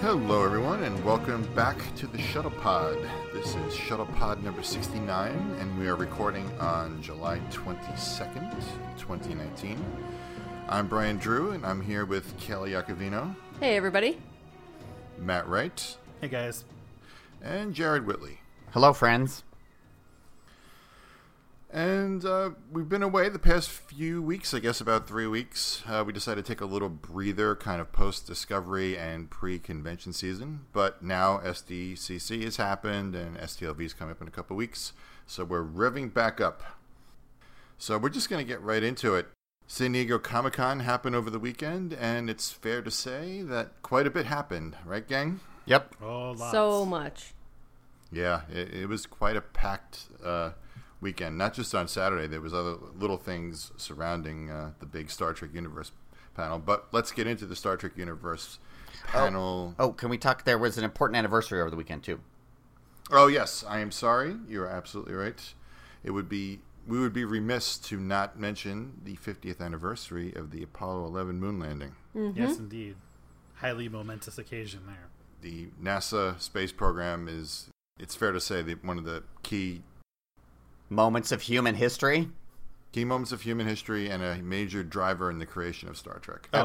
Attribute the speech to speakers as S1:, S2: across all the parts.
S1: Hello, everyone, and welcome back to the Shuttle Pod. This is Shuttle Pod number 69, and we are recording on July 22nd, 2019. I'm Brian Drew, and I'm here with Kelly Iacovino,
S2: Hey, everybody.
S1: Matt Wright,
S3: Hey guys.
S1: and Jared Whitley.
S4: Hello, friends.
S1: And uh, we've been away the past few weeks, I guess about three weeks. Uh, we decided to take a little breather, kind of post discovery and pre convention season. But now SDCC has happened and STLV's coming up in a couple weeks. So we're revving back up. So we're just going to get right into it. San Diego Comic Con happened over the weekend, and it's fair to say that quite a bit happened, right, gang?
S4: Yep.
S3: Oh, lots.
S2: So much.
S1: Yeah, it, it was quite a packed uh, weekend. Not just on Saturday, there was other little things surrounding uh, the big Star Trek Universe panel. But let's get into the Star Trek Universe panel. Oh,
S4: Oh, can we talk? There was an important anniversary over the weekend too.
S1: Oh, yes, I am sorry. You are absolutely right. It would be we would be remiss to not mention the 50th anniversary of the Apollo 11 moon landing.
S3: Yes, indeed. Highly momentous occasion there.
S1: the NASA space program is it's fair to say that one of the key
S4: Moments of human history.
S1: key moments of human history and a major driver in the creation of Star Trek.
S3: Oh,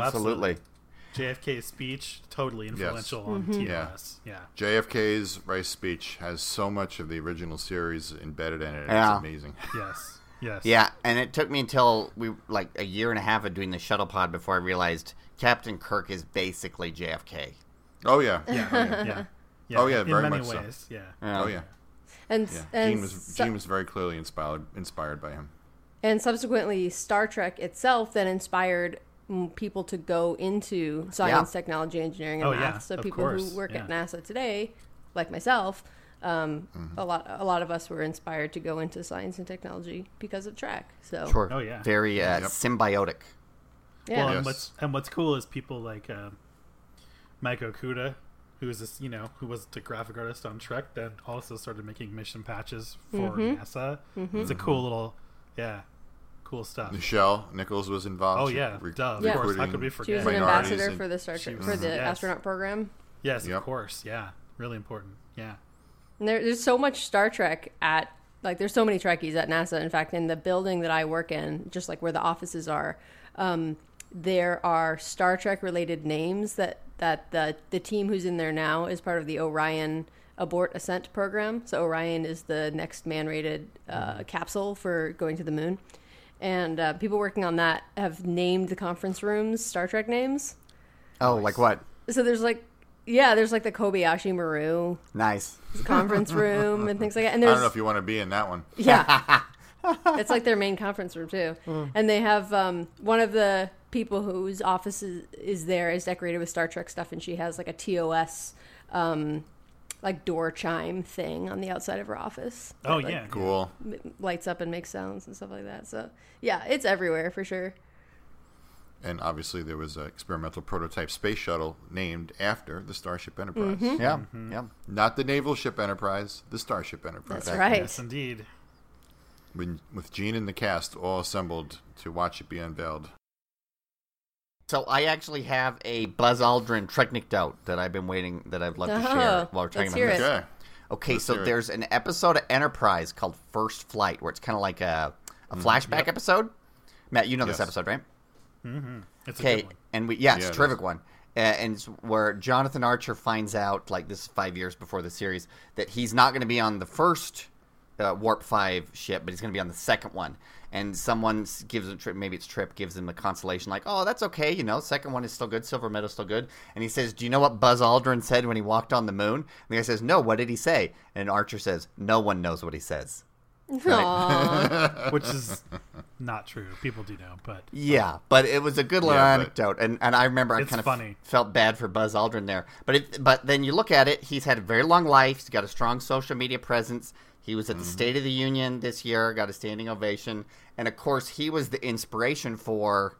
S3: JFK's speech totally influential on TOS. Yeah.
S1: JFK's Rice speech has so much of the original series embedded in it.
S4: Yeah.
S1: It's amazing.
S3: Yes. Yes.
S4: Yeah, and it took me until we like a year and a half of doing the shuttle pod before I realized Captain Kirk is basically JFK.
S1: Oh yeah, Oh, yeah.
S3: Yeah.
S1: Oh, yeah,
S3: In
S1: very
S3: many
S1: much so.
S3: ways. Yeah.
S4: Uh,
S1: Oh yeah.
S2: And,
S1: Yeah.
S2: and,
S1: Gene was
S2: su-
S1: Gene was very clearly inspired inspired by him.
S2: and subsequently, Star Trek itself then inspired mm, people to go into science, technology, engineering, and
S3: Oh,
S2: math.
S3: yeah,
S2: so
S3: of
S2: people
S3: course,
S2: who work at
S3: yeah.
S2: NASA today, like myself, um,
S1: Mm-hmm.
S2: a lot a lot of us were inspired to go into science and technology because of Trek. So
S4: Sure.
S3: Oh, yeah.
S4: Very uh,
S1: Yep.
S4: symbiotic.
S2: yeah,
S3: Well,
S1: Yes.
S3: and what's and what's cool is people like uh, Mike Okuda, who is this, you know, who was the graphic artist on Trek, then also started making mission patches for NASA. It's a cool little, yeah, cool stuff.
S1: Michelle Nichols was involved.
S3: Oh
S1: She
S3: yeah,
S1: re-
S3: duh. Of course, how
S1: recruiting-
S3: could we
S2: she was
S3: forget?
S2: an
S1: Minorities
S2: ambassador
S1: and-
S2: for the Star Trek,
S3: She
S2: for
S3: was-
S2: the
S3: yes.
S2: astronaut program.
S3: Yes,
S1: Yep.
S3: of course. Yeah, really important. Yeah.
S2: And There, there's so much Star Trek at like there's so many Trekkies at NASA. In fact, in the building that I work in, just like where the offices are, um, there are Star Trek related names that that the the team who's in there now is part of the Orion Abort Ascent program. So Orion is the next man rated uh, capsule for going to the moon, and uh, people working on that have named the conference rooms Star Trek names.
S4: Oh, like what?
S2: So there's like. Yeah, there's like the Kobayashi Maru
S4: Nice.
S2: conference room and things like that. And
S1: I
S2: there's
S1: don't know if you want to be in that one.
S2: yeah. it's like their main conference room too.
S4: Hmm.
S2: And they have um, one of the people whose office is, is there is decorated with Star Trek stuff and she has like a TOS um, like door chime thing on the outside of her office.
S3: Oh
S2: that, like,
S3: yeah.
S1: Cool.
S2: m- lights up and makes sounds and stuff like that. So yeah, it's everywhere for sure.
S1: And obviously there was an experimental prototype space shuttle named after the Starship Enterprise.
S2: Mm-hmm.
S4: Yeah. Yeah.
S1: Not the naval ship Enterprise, the Starship
S4: Oh,
S1: Enterprise.
S2: That's right.
S3: Yes, indeed.
S1: When, with Gene and the cast all assembled to watch it be unveiled.
S4: So I actually have a Buzz Aldrin Treknikdote that I've been waiting that I'd love to share
S2: Oh,
S4: while we're talking
S2: let's
S4: about
S2: hear
S4: this.
S2: it.
S1: Okay.
S4: Okay,
S1: Let's
S4: so
S1: hear it.
S4: there's an episode of Enterprise called First Flight where it's kind of like a, a flashback episode. Matt, you know
S1: Mm-hmm. Yes.
S4: this episode, right?
S3: It's a
S4: Okay,
S3: good one.
S4: and we yeah,
S1: Yeah,
S4: it's
S1: it
S4: a
S1: is.
S4: terrific one. Uh, and it's where Jonathan Archer finds out, like this is five years before the series, that he's not going to be on the first uh, warp five ship, but he's going to be on the second one. And someone s- gives him trip, maybe it's Trip, gives him the consolation, like, "Oh, that's okay, you know, second one is still good, Silver Meadow's still good." And he says, "Do you know what Buzz Aldrin said when he walked on the moon?" And the guy says, "No, what did he say?" And Archer says, "No one knows what he says."
S2: Aw.
S3: which is not true. People do know, but
S4: Yeah, but it was a good little
S1: Yeah, but-
S4: anecdote, and, and I remember I
S3: It's
S4: kind of
S3: funny.
S4: felt bad for Buzz Aldrin there. But it, but then you look at it, he's had a very long life. He's got a strong social media presence. He was at
S3: Mm-hmm.
S4: the State of the Union this year, got a standing ovation, and of course he was the inspiration for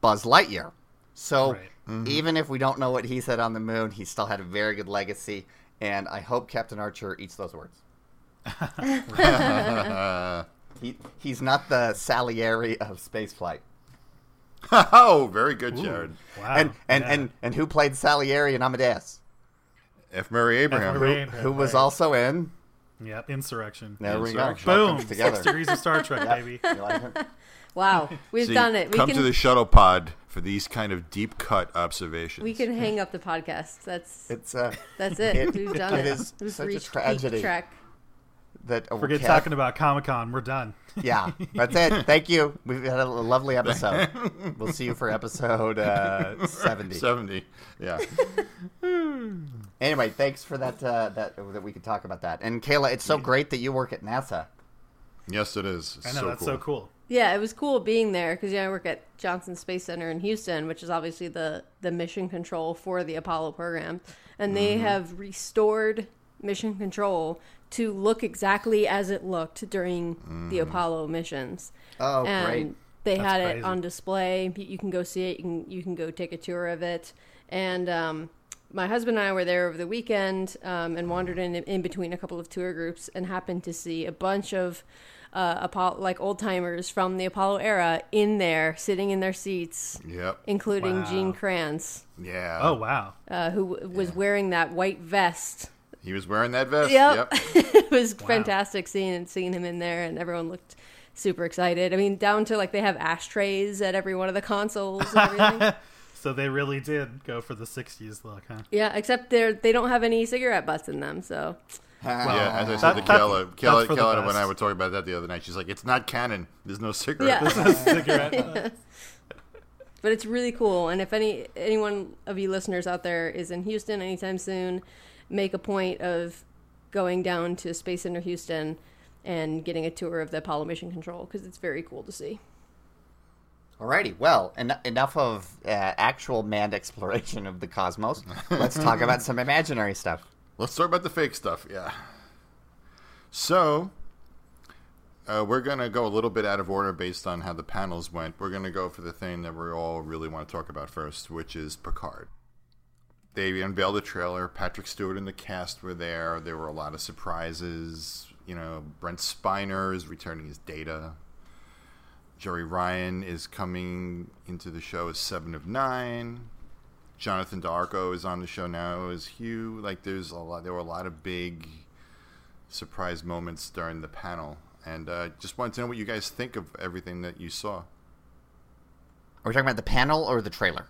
S4: Buzz Lightyear. So
S3: Right. Mm-hmm.
S4: even if we don't know what he said on the moon, he still had a very good legacy, and I hope Captain Archer eats those words. he, he's not the Salieri of spaceflight.
S1: Oh, very good,
S3: Ooh,
S1: Jared.
S3: wow.
S4: and and,
S3: yeah.
S4: and and who played Salieri in Amadeus?
S1: F. Murray Abraham.
S3: F. Murray Abraham.
S4: Who was
S3: Right.
S4: also in?
S3: Yep, Insurrection.
S4: There we go.
S1: Insurrection.
S4: All
S3: Boom.
S4: comes
S3: Six
S4: Together.
S3: degrees of Star Trek, baby.
S4: You like it?
S2: Wow, we've
S1: So you
S2: done it. We
S1: come
S2: can
S1: to the shuttle pod for these kind of deep cut observations.
S2: we can hang up the podcast. That's
S4: It's uh,
S2: that's it.
S4: it-
S2: we've done
S4: it
S2: it.
S4: is
S2: We've
S4: such a
S2: reached peak
S4: tragedy.
S2: Trek.
S4: that oh,
S3: Forget
S4: Kev-
S3: talking about Comic Con. We're done.
S4: Yeah, that's it. Thank you. We've had a lovely episode. we'll see you for episode uh, seventy.
S1: 70. Yeah.
S4: Anyway, thanks for that. Uh, that that we could talk about that. And Kayla, it's so great that you work at NASA.
S1: yes, it is.
S3: I know that's so cool.
S2: Yeah, it was cool being there because yeah, I work at Johnson Space Center in Houston, which is obviously the the mission control for the Apollo program, and they have restored mission control to look exactly as it looked during the Apollo missions.
S4: Oh,
S2: and
S4: great.
S2: They
S3: That's
S2: had
S3: crazy.
S2: it on display. You you can go see it. You can you can go take a tour of it. And um, my husband and I were there over the weekend um, and wandered in in between a couple of tour groups and happened to see a bunch of uh, Apollo like old timers from the Apollo era in there, sitting in their seats,
S1: Yep.
S2: including
S3: Wow.
S2: Gene Kranz,
S1: Yeah.
S3: Oh wow.
S2: uh, who w- was wearing that white vest.
S1: He was wearing that vest.
S2: Yep.
S1: Yep.
S2: it was fantastic seeing seeing him in there, and everyone looked super excited. I mean, down to like they have ashtrays at every one of the consoles and everything.
S3: So they really did go for the '60s look, huh?
S2: Yeah, except they're they don't have any cigarette butts in them, so
S1: Yeah, as I
S3: Oh. That-
S1: said to
S3: that's-
S1: Kella,
S3: that's
S1: Kella,
S3: for the
S1: Kella when
S3: best.
S1: I were talking about that the other night, she's like, "It's not canon. There's no cigarette."
S2: yeah.
S3: Cigarette.
S2: but it's really cool. And if any anyone of you listeners out there is in Houston anytime soon, make a point of going down to Space Center Houston and getting a tour of the Apollo mission control because it's very cool to see.
S4: Alrighty, well, en- enough of uh, actual manned exploration of the cosmos. Let's talk about some imaginary stuff.
S1: Let's talk about the fake stuff. Yeah. So, uh, we're gonna go a little bit out of order based on how the panels went. We're gonna go for the thing that we all really want to talk about first, which is Picard. They unveiled a trailer. Patrick Stewart and the cast were there. There were a lot of surprises. You know, Brent Spiner is returning as Data. Jerry Ryan is coming into the show as Seven of Nine. Jonathan Darko is on the show now as Hugh. Like there's a lot there were a lot of big surprise moments during the panel. And uh, just wanted to know what you guys think of everything that you saw.
S4: Are we talking about the panel or the trailer?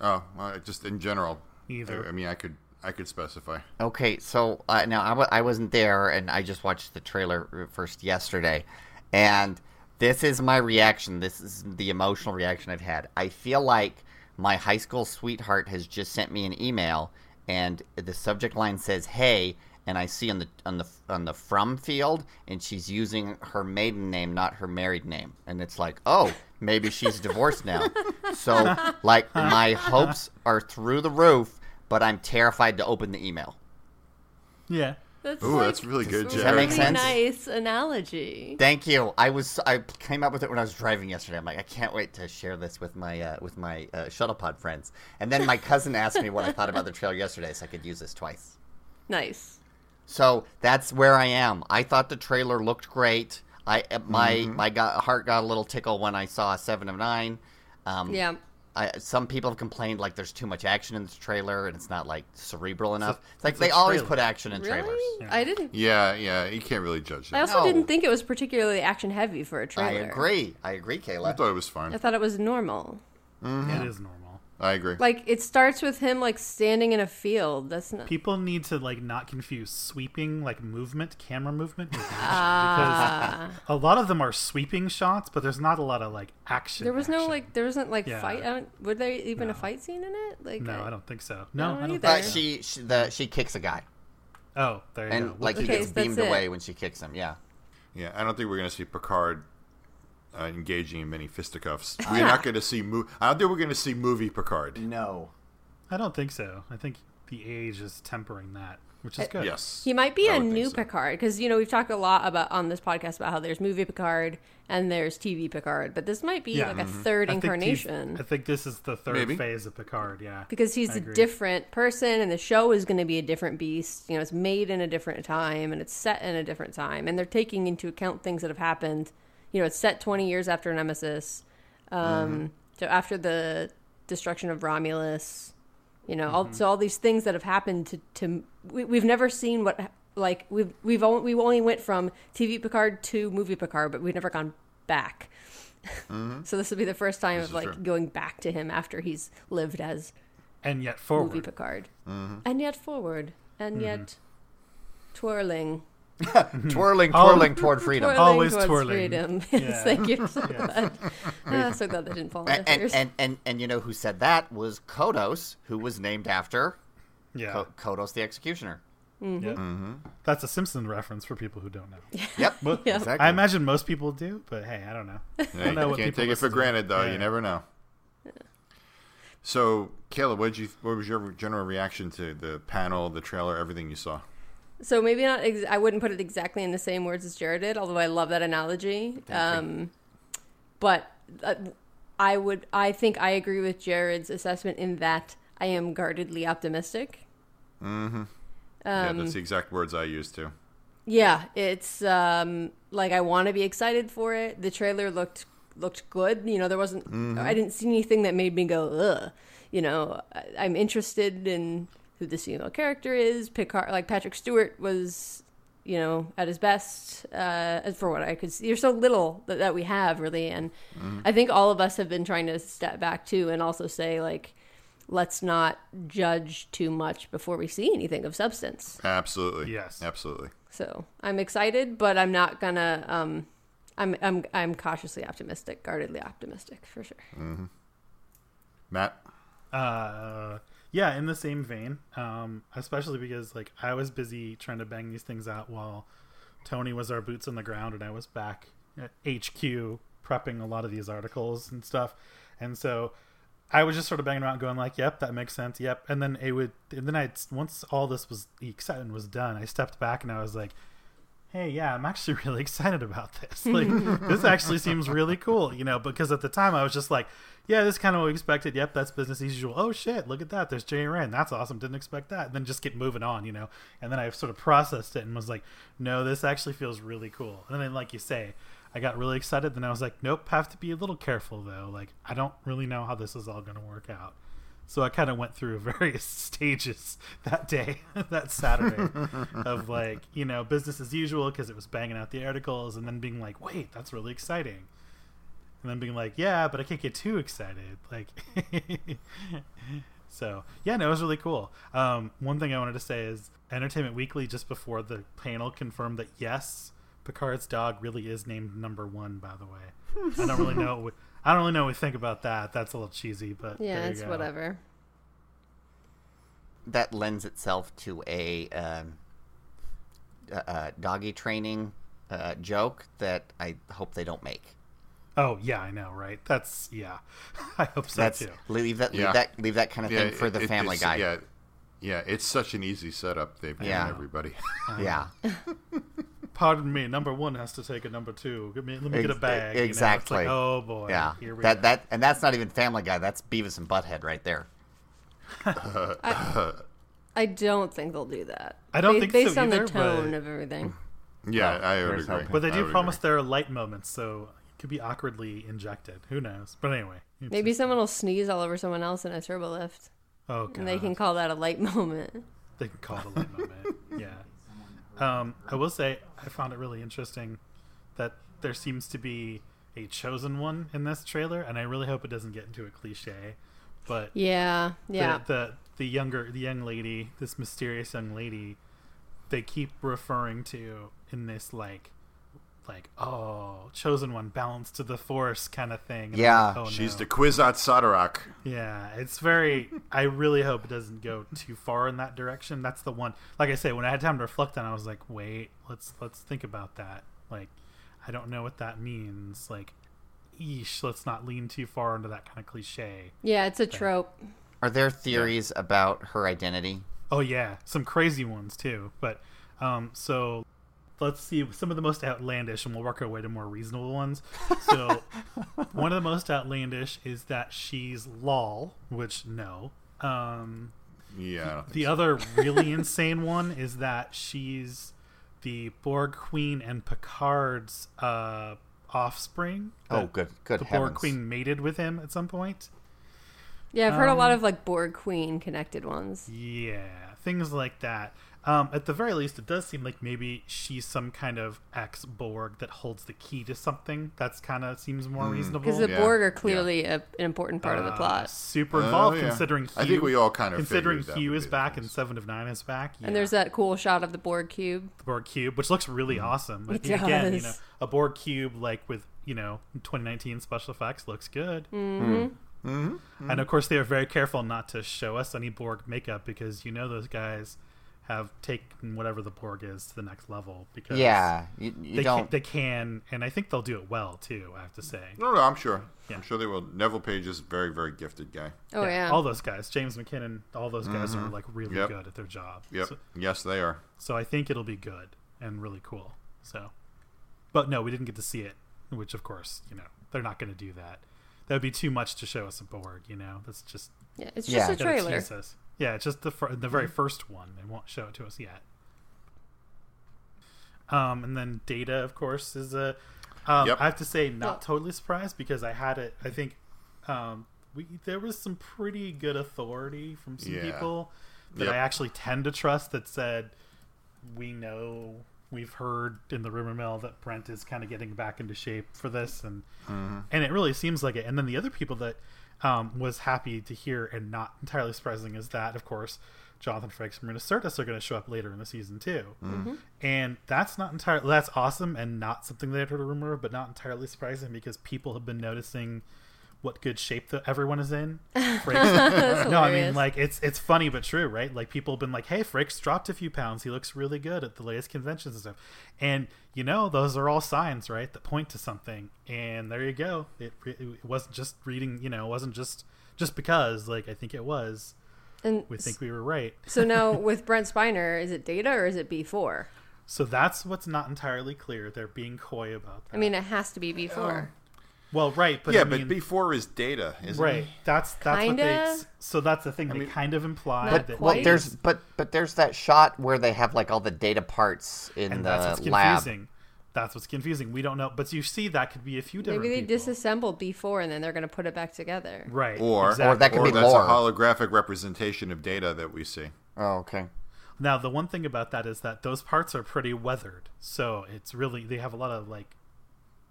S1: Oh, well, just in general.
S3: Either.
S1: I, I mean, I could I could specify.
S4: Okay, so uh, now I w- I wasn't there, and I just watched the trailer uh, first yesterday, and this is my reaction. This is the emotional reaction I've had. I feel like my high school sweetheart has just sent me an email, and the subject line says "Hey," and I see on the on the on the from field, and she's using her maiden name, not her married name, and it's like, oh, maybe she's divorced now. So, like, my hopes are through the roof. But I'm terrified to open the email.
S3: yeah.
S2: That's
S1: Ooh, that's really good,
S2: a
S1: Does
S4: that make
S2: really
S4: sense?
S2: Nice analogy.
S4: Thank you. I was I came up with it when I was driving yesterday. I'm like, I can't wait to share this with my uh, with my uh, shuttlepod friends. And then my cousin asked me what I thought about the trailer yesterday, so I could use this twice.
S2: Nice.
S4: So that's where I am. I thought the trailer looked great. I uh, my my got, heart got a little tickle when I saw Seven of Nine. Um,
S2: Yeah.
S4: I, some people have complained like there's too much action in this trailer and it's not like cerebral enough. It's like
S3: it's a
S4: they always
S3: trailer.
S4: put action in
S2: Really?
S4: trailers.
S2: I didn't.
S1: Yeah, yeah. You can't really judge
S2: I
S1: that.
S2: also
S4: No.
S2: didn't think it was particularly action heavy for a
S4: I
S2: trailer.
S4: agree. I agree,
S1: I
S4: Kayla.
S1: thought it was fine.
S2: I thought it was normal.
S3: It is normal.
S1: I agree.
S2: Like it starts with him like standing in a field. That's not.
S3: People need to like not confuse sweeping like movement, camera movement, with action, because
S2: Ah.
S3: a lot of them are sweeping shots, but there's not a lot of like action.
S2: There was no
S3: action.
S2: like. There wasn't like
S3: Yeah.
S2: fight. I don't, were there even a fight scene in it? Like
S3: No, I don't think so. No,
S2: don't
S3: I don't
S2: either.
S4: But
S3: think so.
S4: she, she the she kicks a guy.
S3: Oh, there you
S4: and
S3: go.
S4: like he
S2: Okay,
S4: gets
S2: so that's
S4: beamed
S2: it.
S4: away when she kicks him. Yeah,
S1: Yeah, I don't think we're going to see Picard uh, engaging in many fisticuffs. We're not going to see mo- I don't think we're going to see movie Picard.
S4: no,
S3: I don't think so. I think the age is tempering that, which is good.
S1: Uh, Yes.
S2: He might be
S1: I
S2: a
S1: would think
S2: new
S1: so.
S2: Picard because you know we've talked a lot about on this podcast about how there's movie Picard and there's TV Picard, but this might be
S3: Yeah. mm-hmm.
S2: like a third
S3: I think he's-
S2: incarnation
S3: I think this is the third
S1: Maybe.
S3: phase of Picard. Yeah.
S2: because he's
S3: I
S2: a
S3: agree.
S2: different person and the show is going to be a different beast. You know, it's made in a different time and it's set in a different time, and they're taking into account things that have happened. You know, it's set 20 years after Nemesis, um, so after the destruction of Romulus. You know, all, so all these things that have happened to to we, we've never seen what like we've we've only, we only went from TV Picard to movie Picard, but we've never gone back. so this will be the first time of
S1: is
S2: like
S1: true.
S2: going back to him after he's lived as
S3: and yet
S2: movie
S3: forward. Mm-hmm.
S2: Picard, and yet forward, and yet twirling,
S4: twirling,
S3: Oh.
S4: twirling toward freedom.
S2: twirling
S3: Always
S2: towards
S3: twirling.
S2: freedom. Yes,
S3: Yeah.
S2: thank you. So much. Ah, so glad that didn't fall on
S4: And,
S2: my
S4: and,
S2: fingers.
S4: and, and, and you know who said that was Kodos, who was named after
S3: Yeah,
S4: Ko- Kodos the Executioner.
S2: Mm-hmm.
S3: yeah.
S1: Mm-hmm.
S3: That's a Simpson reference for people who don't know.
S4: Yep.
S3: But
S4: Exactly.
S3: I imagine most people do, but hey, I don't know. I
S1: Yeah,
S3: don't know
S1: you
S3: what
S1: can't
S3: people
S1: take it for
S3: listen to.
S1: granted, though.
S3: Yeah.
S1: You never know. So, Kayla, what did you? What was your general reaction to the panel, the trailer, everything you saw?
S2: So maybe not. Ex- I wouldn't put it exactly in the same words as Jared did, although I love that analogy. Um, but uh, I would. I think I agree with Jared's assessment in that I am guardedly optimistic.
S1: yeah, that's the exact words I used too.
S2: Yeah, it's um, like I want to be excited for it. The trailer looked looked good. You know, there wasn't. I didn't see anything that made me go ugh. You know, I, I'm interested in who this female character is. Picard, like Patrick Stewart, was you know at his best uh, as for what I could see. There's so little that, that we have really, and I think all of us have been trying to step back too, and also say like. Let's not judge too much before we see anything of substance.
S1: Absolutely.
S3: Yes.
S1: Absolutely.
S2: So I'm excited, but I'm not gonna. Um, I'm I'm I'm cautiously optimistic, guardedly optimistic for sure.
S1: Matt.
S3: uh yeah in the same vein um especially because like i was busy trying to bang these things out while tony was our boots on the ground and i was back at hq prepping a lot of these articles and stuff and so i was just sort of banging around going like yep that makes sense yep and then it would and then i once all this was the excitement was done i stepped back and i was like hey yeah i'm actually really excited about this like this actually seems really cool you know because at the time i was just like yeah this is kind of what we expected yep that's business as usual oh shit look at that there's jay Rand. that's awesome didn't expect that and then just get moving on you know and then i sort of processed it and was like no this actually feels really cool and then like you say i got really excited then i was like nope have to be a little careful though like i don't really know how this is all going to work out so I kind of went through various stages that day, that Saturday, of like, you know, business as usual because it was banging out the articles and then being like, wait, that's really exciting. And then being like, yeah, but I can't get too excited. Like, so yeah, no, it was really cool. Um, one thing I wanted to say is Entertainment Weekly, just before the panel, confirmed that yes, Picard's dog really is named Number One, by the way. I don't really know. What, I don't really know what we think about that. That's a little cheesy, but there
S2: Yeah,
S3: you
S2: it's
S3: go.
S2: whatever.
S4: that lends itself to a um, uh, uh, doggy training uh, joke that I hope they don't make.
S3: Oh yeah, I know, right? That's yeah. I hope so
S4: That's
S3: too.
S4: leave that leave
S1: Yeah.
S4: that leave that kind of thing for
S1: it-
S4: the
S1: it-
S4: Family
S1: it's-
S4: Guy.
S1: Yeah. Yeah, it's such an easy setup they've given
S4: Yeah.
S1: everybody.
S4: Yeah.
S3: Pardon me. Number one has to take a number two. Give me, let me get a
S4: Ex-
S3: bag. you know? It's
S4: exactly.
S3: like, oh boy.
S4: yeah.
S3: Here we
S4: That
S3: go.
S4: that and that's not even Family Guy. That's Beavis and Butthead right there.
S2: I don't think they'll do that.
S3: I don't
S2: Ba-
S3: think so
S2: based on
S3: either,
S2: the
S3: but-
S2: tone of everything.
S1: yeah, I would
S4: there's
S1: agree.
S4: hope.
S3: But they
S1: I
S3: do
S1: would
S3: promise
S1: agree.
S3: there are light moments, so it could be awkwardly injected. Who knows? But anyway. it's
S2: Maybe
S3: just-
S2: someone will sneeze all over someone else in a turbo lift,
S3: Oh god.
S2: and they can call that a light moment.
S3: They can call it a light moment. Yeah. Um, I will say I found it really interesting that there seems to be a chosen one in this trailer, and I really hope it doesn't get into a cliche. But
S2: Yeah, yeah.
S3: the, the the younger the young lady, this mysterious young lady, they keep referring to in this like like oh chosen one balance to the force kind of thing. And I'm
S4: Yeah.
S3: like, oh,
S1: She's
S3: no.
S1: the Quizat Sodarak.
S3: Yeah, it's very. I really hope it doesn't go too far in that direction. That's the one. Like I say, when I had time to reflect on, it, I was like, wait, let's let's think about that. Like, I don't know what that means. Like, eesh, let's not lean too far into that kind of cliche.
S2: yeah, it's a trope.
S4: Are there theories about her identity?
S3: Oh yeah, some crazy ones too. But um, so let's see some of the most outlandish, and we'll work our way to more reasonable ones. So one of the most outlandish is that she's lol, which no. Um,
S1: Yeah, I don't think
S3: the other really insane one is that she's the Borg Queen and Picard's uh, offspring.
S4: Oh,
S3: That
S4: good, good
S3: The Borg
S4: heavens.
S3: Queen mated with him at some point.
S2: Yeah, I've heard a
S3: Um,
S2: lot of like Borg Queen connected ones.
S3: Yeah, things like that. Um, at the very least, it does seem like maybe she's some kind of ex Borg that holds the key to something. That's kind of seems more
S1: Hmm.
S3: reasonable.
S2: Because the
S1: Yeah,
S2: Borg are
S1: yeah.
S2: clearly a, an important part of the
S3: Oh, Uh,
S2: plot.
S3: super
S1: Oh,
S3: involved,
S1: yeah.
S3: considering Hugh,
S1: I think we all kind of
S3: considering
S1: figured that
S3: Hugh
S1: would
S3: is
S1: be the
S3: back
S1: case.
S3: and Seven of Nine is back.
S2: And there's that cool shot of the Borg cube.
S3: Borg cube, which looks really awesome. But again, you know,
S2: does.
S3: a Borg cube like with you know 2019 special effects looks good. Mm-hmm. Mm-hmm. And of course, they are very careful not to show us any Borg makeup because you know those guys have taken whatever the Borg is to the next level. Because
S4: Yeah, you, you
S3: they can,
S4: don't.
S3: they can, and I think they'll do it well too. I have to say.
S1: No, no, I'm sure.
S3: Yeah.
S1: I'm sure they will. Neville Page is a very, very gifted guy.
S2: Oh yeah.
S3: all those guys, James McKinnon, all those guys are like really
S1: Yep.
S3: good at their job.
S1: Yep.
S3: So,
S1: yes, they are.
S3: so I think it'll be good and really cool. So, but no, we didn't get to see it, which of course, you know, they're not going to do that. That would be too much to show us a Borg. You know, that's just
S2: yeah. It's
S4: Yeah.
S2: just a
S3: gonna
S2: trailer.
S3: tease us. Yeah, it's just the fir- the very first one. They won't show it to us yet. Um, and then Data, of course, is a. Um,
S1: Yep.
S3: I have to say, not
S2: Yeah.
S3: totally surprised because I had it. I think um, we there was some pretty good authority from some
S1: Yeah.
S3: people that
S1: Yep.
S3: I actually tend to trust that said we know we've heard in the rumor mill that Brent is kind of getting back into shape for this and and it really seems like it and then the other people that um, was happy to hear and not entirely surprising is that of course Jonathan Frakes and Marina Sirtis are going to show up later in the season too and that's not entirely that's awesome and not something that I'd heard a rumor of but not entirely surprising because people have been noticing what good shape that everyone is in Frakes,
S2: That's
S3: no, I mean
S2: hilarious.
S3: like it's it's funny but true, right? Like people have been like, "Hey, Frick's dropped a few pounds. He looks really good at the latest conventions and stuff." And you know, those are all signs, right, that point to something. And there you go. It re- it wasn't just reading, you know, it wasn't just just because. Like I think it was.
S2: and
S3: We think we were right.
S2: so now with Brent Spiner, is it Data or is it B four?
S3: So that's what's not entirely clear. They're being coy about that.
S2: I mean, it has to be B four.
S1: Oh,
S3: well, right, but
S1: yeah,
S3: I mean,
S1: but before is data, isn't
S3: right. That's that's what they.
S2: Kinda?
S3: ex- So that's the thing. they kind of imply
S2: Not
S3: that
S2: quite.
S4: well, there's but but there's that shot where they have like all the data parts in
S3: and
S4: the
S3: that's what's
S4: Uh, lab.
S3: confusing. That's what's confusing. We don't know, but you see, that could be a few different.
S2: Maybe they
S3: people.
S2: disassembled B four and then they're gonna put it back together.
S3: right?
S1: Or
S4: Or that could
S1: or
S4: be
S1: that's
S4: lore.
S1: a holographic representation of data that we see.
S4: Oh, okay.
S3: now the one thing about that is that those parts are pretty weathered, so it's really they have a lot of like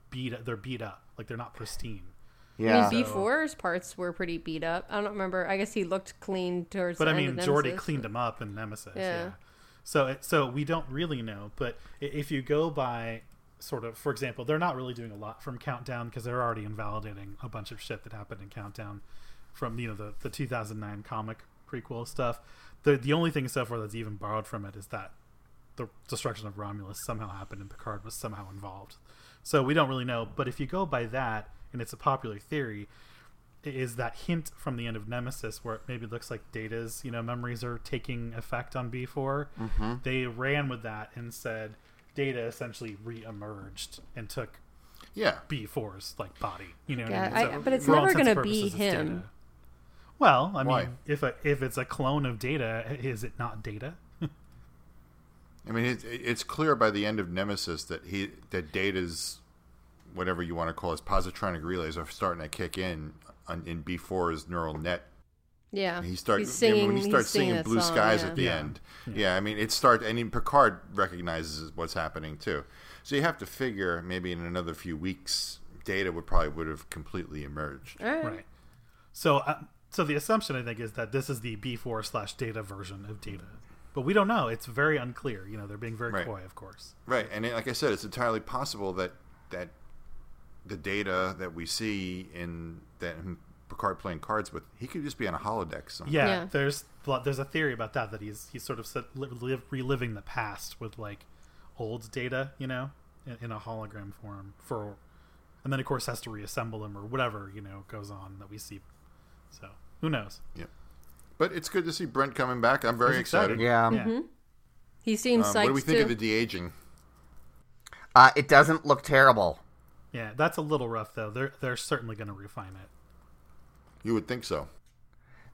S3: beat. They're beat up, like they're not pristine.
S4: Yeah.
S2: I mean, B4's parts were pretty beat up. I don't remember. I guess he looked clean towards
S3: But
S2: the
S3: I
S2: end
S3: mean,
S2: of
S3: Jordy
S2: Nemesis.
S3: cleaned them up in Nemesis. Yeah.
S2: Yeah.
S3: So it, so we don't really know, but i- if you go by sort of, for example, they're not really doing a lot from Countdown because they're already invalidating a bunch of shit that happened in Countdown from you know the the 2009 comic prequel stuff. The the only thing so far that's even borrowed from it is that the destruction of Romulus somehow happened and Picard was somehow involved. So we don't really know, but if you go by that, and it's a popular theory, is that hint from the end of Nemesis where it maybe looks like Data's, you know, memories are taking effect on B4.
S1: Mm-hmm.
S3: They ran with that and said Data essentially re-emerged and took
S1: Yeah.
S3: B4's like body, you know. what
S2: Yeah,
S3: I mean?
S2: I- but it's
S3: for all
S2: never
S3: intents and
S2: gonna be
S3: purposes, it's
S2: him.
S3: Data. Well, I
S1: Why?
S3: mean, if a, if it's a clone of Data, is it not Data?
S1: I mean, it, it's clear by the end of Nemesis that he that Data's whatever you want to call his positronic relays are starting to kick in on, in B4's neural net.
S2: Yeah.
S1: He starts
S2: he's singing,
S1: when he
S2: he's
S1: starts singing
S2: that
S1: Blue
S2: song,
S1: Skies
S2: yeah.
S1: at the
S3: Yeah.
S1: end. Yeah. I mean, it starts. I mean, Picard recognizes what's happening too. So you have to figure maybe in another few weeks, Data would probably would have completely emerged.
S2: All right.
S3: right. So, uh, so the assumption I think is that this is the B4 slash Data version of Data, but we don't know. It's very unclear. You know, they're being very
S1: Right.
S3: coy, of course.
S1: Right, and it, like I said, it's entirely possible that that the data that we see in that him- Picard playing cards with, he could just be on a holodeck somewhere.
S3: Yeah,
S2: Yeah.
S3: there's lo- there's a theory about that that he's he's sort of set, li- live, reliving the past with like old data, you know, in, in a hologram form for, and then of course has to reassemble him or whatever you know goes on that we see. So who knows?
S1: Yeah. But it's good to see Brent coming back. I'm very
S3: He's
S1: excited.
S4: Yeah.
S3: Yeah.
S2: He seems
S1: Um,
S2: psyched
S1: what do we think
S2: too.
S1: of the de aging?
S4: Uh, it doesn't look terrible.
S3: Yeah, that's a little rough though. They're they're certainly going to refine it.
S1: You would think so.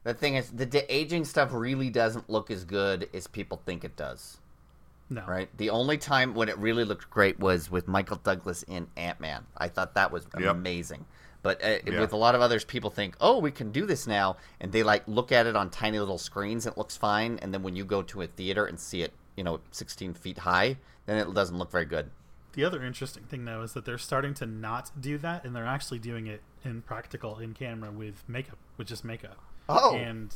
S4: The thing is, the de- aging stuff really doesn't look as good as people think it does.
S3: No,
S4: Right? The only time when it really looked great was with Michael Douglas in Ant Man. I thought that was
S1: Yep.
S4: amazing. But uh,
S1: Yeah.
S4: with a lot of others, people think, "Oh, we can do this now," and they like look at it on tiny little screens. It looks fine, and then when you go to a theater and see it, you know, 16 feet high, then it doesn't look very good.
S3: The other interesting thing, though, is that they're starting to not do that, and they're actually doing it in practical, in camera, with makeup, with just makeup.
S4: Oh.
S3: and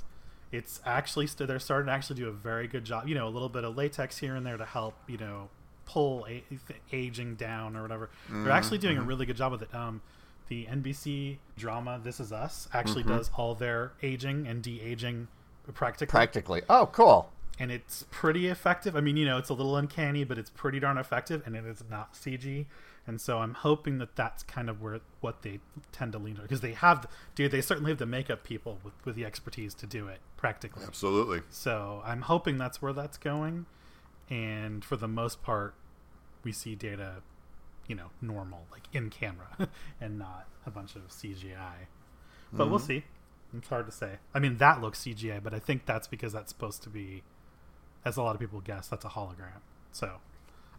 S3: it's actually st- they're starting to actually do a very good job. You know, a little bit of latex here and there to help. You know, pull a- th- aging down or whatever. They're actually doing a really good job with it. Um, the NBC drama This Is Us actually does all their aging and de aging practically
S4: Practically. Oh, cool.
S3: and it's pretty effective. I mean, you know, it's a little uncanny, but it's pretty darn effective, and it is not CG. And so I'm hoping that that's kind of where what they tend to lean on because they have, dude, they certainly have the makeup people with, with the expertise to do it practically.
S1: Absolutely.
S3: So I'm hoping that's where that's going, and for the most part, we see data, you know, normal, like in camera, and not a bunch of CGI. But
S1: Mm-hmm.
S3: we'll see. It's hard to say. I mean, that looks CGI, but I think that's because that's supposed to be, as a lot of people guess, that's a hologram. So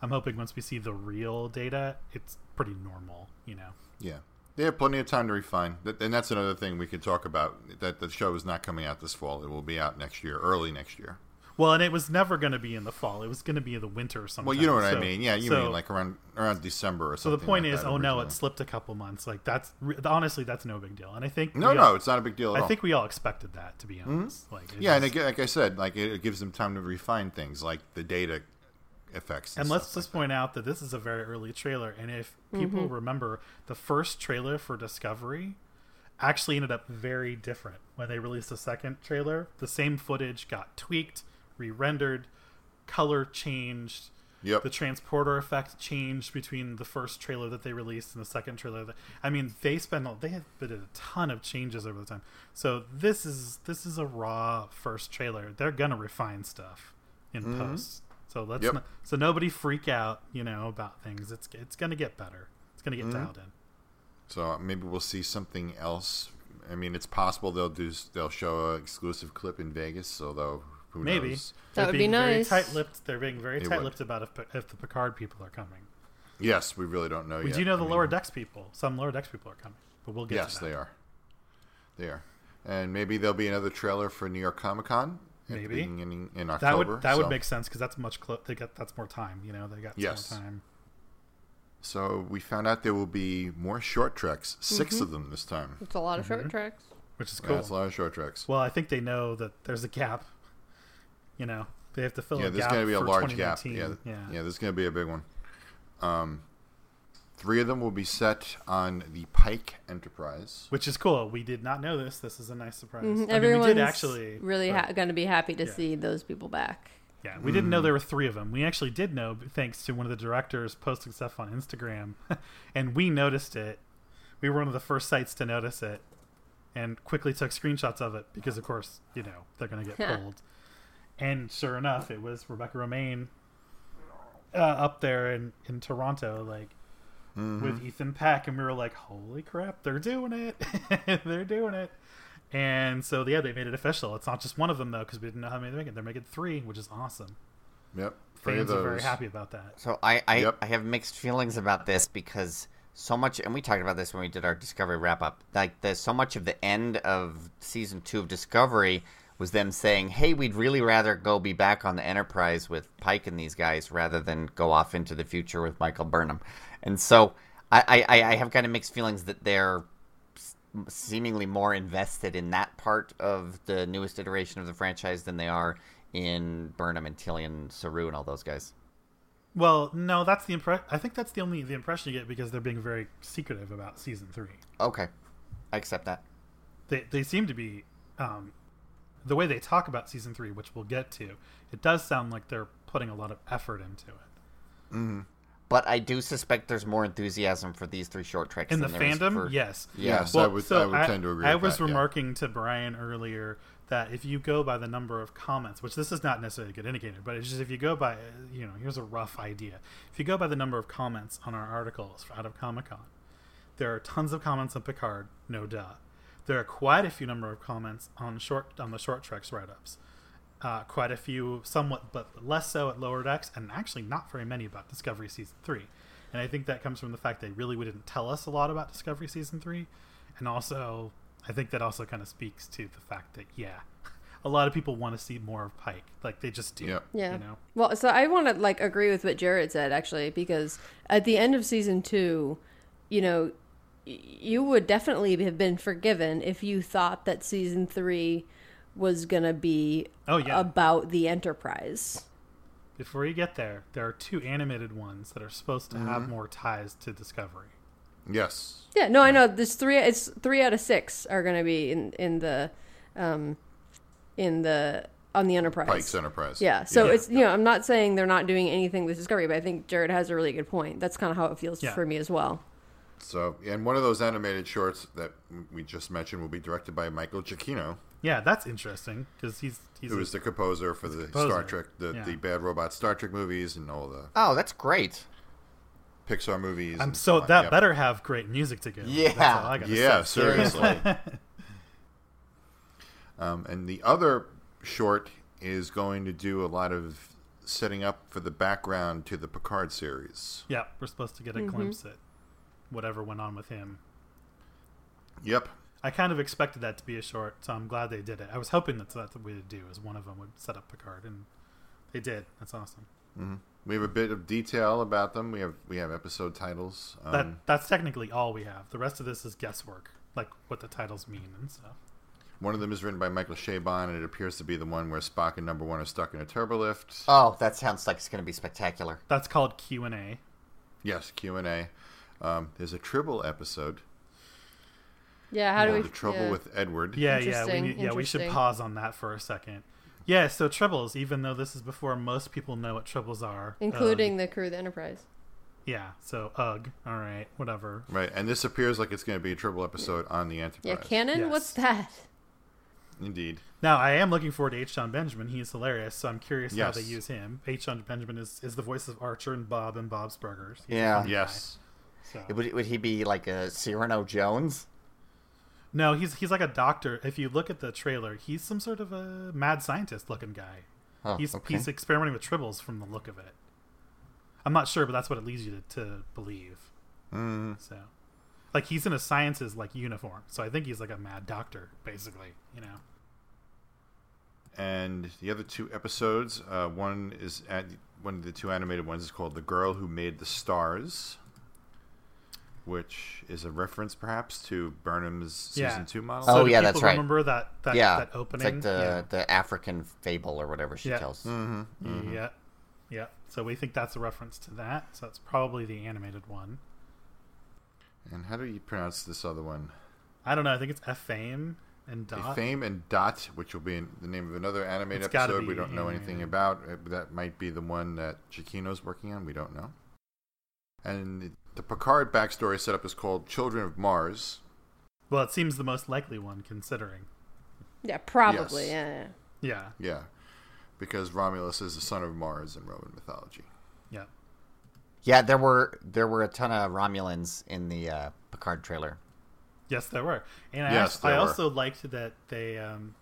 S3: I'm hoping once we see the real data, it's pretty normal, you know.
S1: Yeah. They have plenty of time to refine. That- And that's another thing we could talk about that the show is not coming out this fall. It will be out next year, early next year.
S3: Well, and it was never going to be in the fall. It was going to be in the winter or something.
S1: Well, you know what I
S3: So-
S1: mean. Yeah, you
S3: so-
S1: mean like around around December or
S3: So
S1: something.
S3: the point
S1: like
S3: is,
S1: that
S3: oh no,
S1: originally.
S3: it slipped a couple months. Like that's re- honestly, that's no big deal. And I think
S1: No,
S3: we
S1: no,
S3: all-
S1: it's not a big deal at
S3: I
S1: all. Mm-hmm.
S3: think we all expected that to be honest. Like it
S1: yeah, and
S3: just-
S1: again, like I said, like it, it gives them time to refine things, like the data effects. And,
S3: and let's
S1: stuff.
S3: just point out that this is a very early trailer, and if people remember, the first trailer for Discovery actually ended up very different when they released the second trailer. The same footage got tweaked, re-rendered, color changed.
S1: Yep.
S3: the transporter effect changed between the first trailer that they released and the second trailer. That, I mean, they spent a- they have been a ton of changes over the time. So this is this is a raw first trailer. They're gonna refine stuff in
S1: Mm-hmm.
S3: post. So let's
S1: Yep.
S3: not, so nobody freak out, you know, about things. It's it's gonna get better. It's gonna get
S1: Mm-hmm.
S3: dialed in.
S1: So uh, maybe we'll see something else. I mean, it's possible they'll do they'll show an exclusive clip in Vegas, although who
S3: Maybe
S1: knows?
S3: They're
S2: would be
S3: being
S2: nice.
S3: Very tight-lipped. They're being very
S1: It would.
S3: tight-lipped about if, if the Picard people are coming.
S1: Yes, we really don't know
S3: We
S1: yet.
S3: do know the
S1: I mean,
S3: lower decks people. Some lower decks people are coming, but we'll get.
S1: Yes,
S3: to that.
S1: they are. They are, and maybe there'll be another trailer for New York Comic Con.
S3: Maybe.
S1: in, in
S3: That
S1: October.
S3: would that
S1: so-
S3: would make sense because that's much clo- they got that's more time. You know, they got
S1: Yes.
S3: more time.
S1: So we found out there will be more short treks, 6 of them this time.
S2: It's a lot of
S3: Mm-hmm.
S2: short tracks.
S3: which is
S1: Yeah,
S3: Mm-hmm. cool.
S1: That's a lot of short treks.
S3: well, I think they know that there's a gap. You know, they have to fill
S1: yeah,
S3: a
S1: there's
S3: gap.
S1: going to be a
S3: for
S1: large gap.
S3: 2019.
S1: Yeah, yeah,
S3: yeah,
S1: there's going to be a big one. Um, three of them will be set on the Pike Enterprise.
S3: Which is cool. We did not know this. This is a nice surprise. I mean,
S2: Mm-hmm. Everyone's
S3: we did actually
S2: really
S3: but-
S2: ha- going to be happy to
S3: yeah.
S2: see those people back.
S3: Yeah, we didn't know there were three of them. We actually did know thanks to one of the directors posting stuff on Instagram, and we noticed it. We were one of the first sites to notice it, and quickly took screenshots of it because, of course, you know they're going to
S2: Yeah.
S3: get pulled. And sure enough, it was Rebecca Romaine uh, up there in in Toronto, like with Ethan Peck, and we were like, "Holy crap, they're doing it! they're doing it!" And so, yeah, they made it official. It's not just one of them though, because we didn't know how many they're making. They're making three, which is awesome.
S1: Yep. Three
S3: Fans
S1: of those.
S3: are very happy about that.
S4: So I I,
S1: Yep.
S4: I have mixed feelings about this because so much, and we talked about this when we did our Discovery wrap up. Like the so much of the end of season two of Discovery was them saying, "Hey, we'd really rather go be back on the Enterprise with Pike and these guys rather than go off into the future with Michael Burnham," and so. I, I, I have kind of mixed feelings that they're seemingly more invested in that part of the newest iteration of the franchise than they are in Burnham and Tillian Saru and all those guys.
S3: Well, no, that's the impression. I think that's the only the impression you get because they're being very secretive about season three.
S4: Okay, I accept that.
S3: They they seem to be um, the way they talk about season three, which we'll get to. It does sound like they're putting a lot of effort into it
S4: But I do suspect there's more enthusiasm for these three short treks
S3: in the
S4: than there is
S3: fandom.
S4: for-
S3: Yes,
S1: Yes, I would. I would tend to agree.
S3: I
S1: with
S3: was
S1: that, yeah.
S3: remarking to Brian earlier that if you go by the number of comments, which this is not necessarily a good indicator, but it's just if you go by, uh, you know, here's a rough idea. If you go by the number of comments on our articles out of Comic Con, there are tons of comments on Picard, no doubt. There are quite a few number of comments on short on the short treks write ups. Uh, quite a few, somewhat but less so at Lower Decks, and actually not very many about Discovery Season Three. And I think that comes from the fact they really didn't tell us a lot about Discovery Season Three, and also I think that also kind of speaks to the fact that yeah, a lot of people want to see more of Pike. Like they just do.
S1: Yeah.
S2: Yeah.
S3: You know?
S2: Well, so I want to like agree with what Jared said actually because at the end of season 2, you know, y- you would definitely have been forgiven if you thought that season 3 was going to be
S3: Oh, yeah.
S2: about the Enterprise.
S3: Before you get there, there are two animated ones that are supposed to have
S1: Mm-hmm.
S3: more ties to Discovery.
S1: Yes.
S2: Yeah, no, I know. There's three. It's three out of six are going to be in in the, um, in the on the Enterprise.
S1: Pike's Enterprise.
S2: Yeah, so it's you know I'm not saying they're not doing anything with Discovery, but I think Jared has a really good point. That's kind of how it feels
S3: Yeah.
S2: for me as well.
S1: So, and one of those animated shorts that we just mentioned will be directed by Michael Giacchino,
S3: Yeah, that's interesting because he's he's
S1: who is the composer for the
S3: composer,
S1: Star Trek, the,
S3: yeah.
S1: the Bad Robot Star Trek movies and all the
S4: Oh, that's great.
S1: Pixar movies.
S3: I'm
S1: and
S3: so
S1: on.
S3: that
S1: Yep.
S3: better have great music to go. with.
S4: Yeah.
S3: That's all I gotta
S1: Yeah,
S3: say.
S1: seriously. um, and the other short is going to do a lot of setting up for the background to the Picard series.
S3: Yeah, we're supposed to get
S2: Mm-hmm.
S3: a glimpse at whatever went on with him.
S1: Yep.
S3: I kind of expected that to be a short, so I'm glad they did it. I was hoping that's that's what we'd do. Is one of them would set up Picard, and they did. That's awesome.
S1: We have a bit of detail about them. We have we have episode titles. Um,
S3: That that's technically all we have. The rest of this is guesswork, like what the titles mean and stuff.
S1: One of them is written by Michael Chabon, and it appears to be the one where Spock and Number One are stuck in a turbolift.
S4: Oh, that sounds like it's going to be spectacular.
S3: That's called Q and A.
S1: yes, Q and A. Um, there's a Tribble episode.
S2: Yeah, how do we
S1: the trouble with Edward.
S3: Yeah, yeah, we
S2: Interesting,
S3: need, yeah. We should
S2: interesting.
S3: pause on that for a second. Yeah, so trebles. Even though this is before most people know what trebles are,
S2: including
S3: um,
S2: the crew of the Enterprise?
S3: yeah. So ugh. All right, whatever.
S1: Right, and this appears like it's going to be a Tribble episode on the
S2: Yeah,
S1: Enterprise.
S2: canon. What's
S3: yes.
S2: that?
S1: Indeed.
S3: Now I am looking forward to H. John Benjamin. He is hilarious, so I'm curious
S1: Yes.
S3: how they use him. H. John Benjamin is, is the voice of Archer and Bob and Bob's Burgers. He's a
S4: Yeah.
S3: funny
S1: Yes.
S3: guy, so-
S4: Would, would he be like a Cyrano Jones?
S3: No, he's he's like a doctor. If you look at the trailer, he's some sort of a mad scientist looking guy.
S4: Oh,
S3: he's
S4: okay.
S3: he's experimenting with tribbles from the look of it. I'm not sure, but that's what it leads you to, to believe.
S4: Mm-hmm.
S3: Mm. So, like he's in a sciences like uniform, so I think he's like a mad doctor, basically. You know,
S1: And the other two episodes, uh, one is at one of the two animated ones is called "The Girl Who Made the Stars," which is a reference perhaps to Burnham's
S3: Yeah.
S1: season two model.
S4: Oh,
S3: do
S4: yeah,
S3: people
S4: that's right.
S3: Remember that that,
S4: yeah.
S3: that opening?
S4: It's like the,
S3: yeah.
S4: the African fable or whatever she
S3: Yeah.
S4: tells.
S3: yeah, yeah. So we think that's a reference to that. So that's probably the animated one.
S1: And how do you pronounce this other one?
S3: I don't know. I think it's F Fame and
S1: A
S3: Dot.
S1: Fame and Dot, which will be in the name of another animated
S3: It's gotta
S1: episode we
S3: be
S1: don't know anything
S3: animated.
S1: about. Uh, That might be the one that Chiquino's working on. We don't know. And the Picard backstory setup is called Children of Mars.
S3: Well, it seems the most likely one considering.
S2: Yeah, probably.
S1: Yes.
S2: Yeah, yeah.
S3: Yeah,
S1: Yeah, because Romulus is the son of Mars in Roman mythology.
S3: yeah.
S4: Yeah, there were there were a ton of Romulans in the uh, Picard trailer.
S3: Yes, there were, and I,
S1: Yes,
S3: als-
S1: there
S3: I
S1: were.
S3: also liked that they. Um,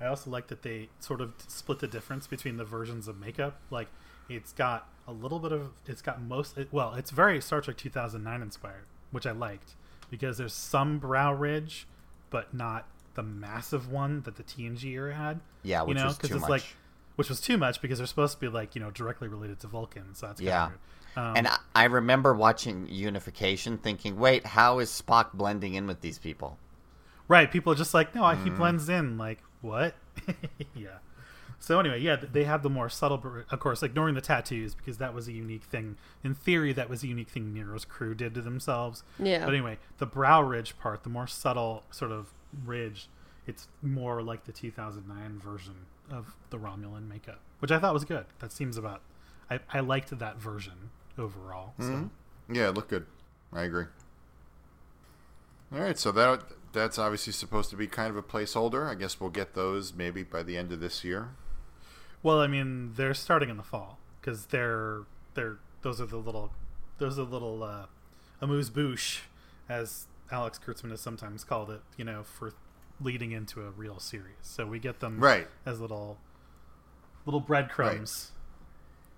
S3: I also liked that they sort of split the difference between the versions of makeup. Like, it's got a little bit of. It's got most. It, well, it's very Star Trek 2009 inspired, which I liked because there's some brow ridge, but not the massive one that the TNG era had.
S4: Yeah, which
S3: you know,
S4: was
S3: 'cause
S4: too
S3: it's
S4: much.
S3: like, which was too much because they're supposed to be like you know directly related to Vulcan, so that's kinda
S4: Yeah.
S3: weird. Um,
S4: and I, I remember watching Unification, thinking, "Wait, how is Spock blending in with these people?"
S3: Right. People are just like, no, I he blends in. Like, what? yeah. So anyway, yeah, th- they have the more subtle, br- of course, ignoring the tattoos because that was a unique thing. In theory, that was a unique thing Nero's crew did to themselves.
S2: Yeah.
S3: But anyway, the brow ridge part, the more subtle sort of ridge, it's more like the 2009 version of the Romulan makeup, which I thought was good. That seems about. I, I liked that version overall. So.
S1: Yeah, it looked good. I agree. All right, so that that's obviously supposed to be kind of a placeholder. I guess we'll get those maybe by the end of this year.
S3: Well, I mean, they're starting in the fall because they're they're those are the little those are the little uh, amuse bouche, as Alex Kurtzman has sometimes called it. You know, for leading into a real series. So we get them
S1: Right.
S3: as little little breadcrumbs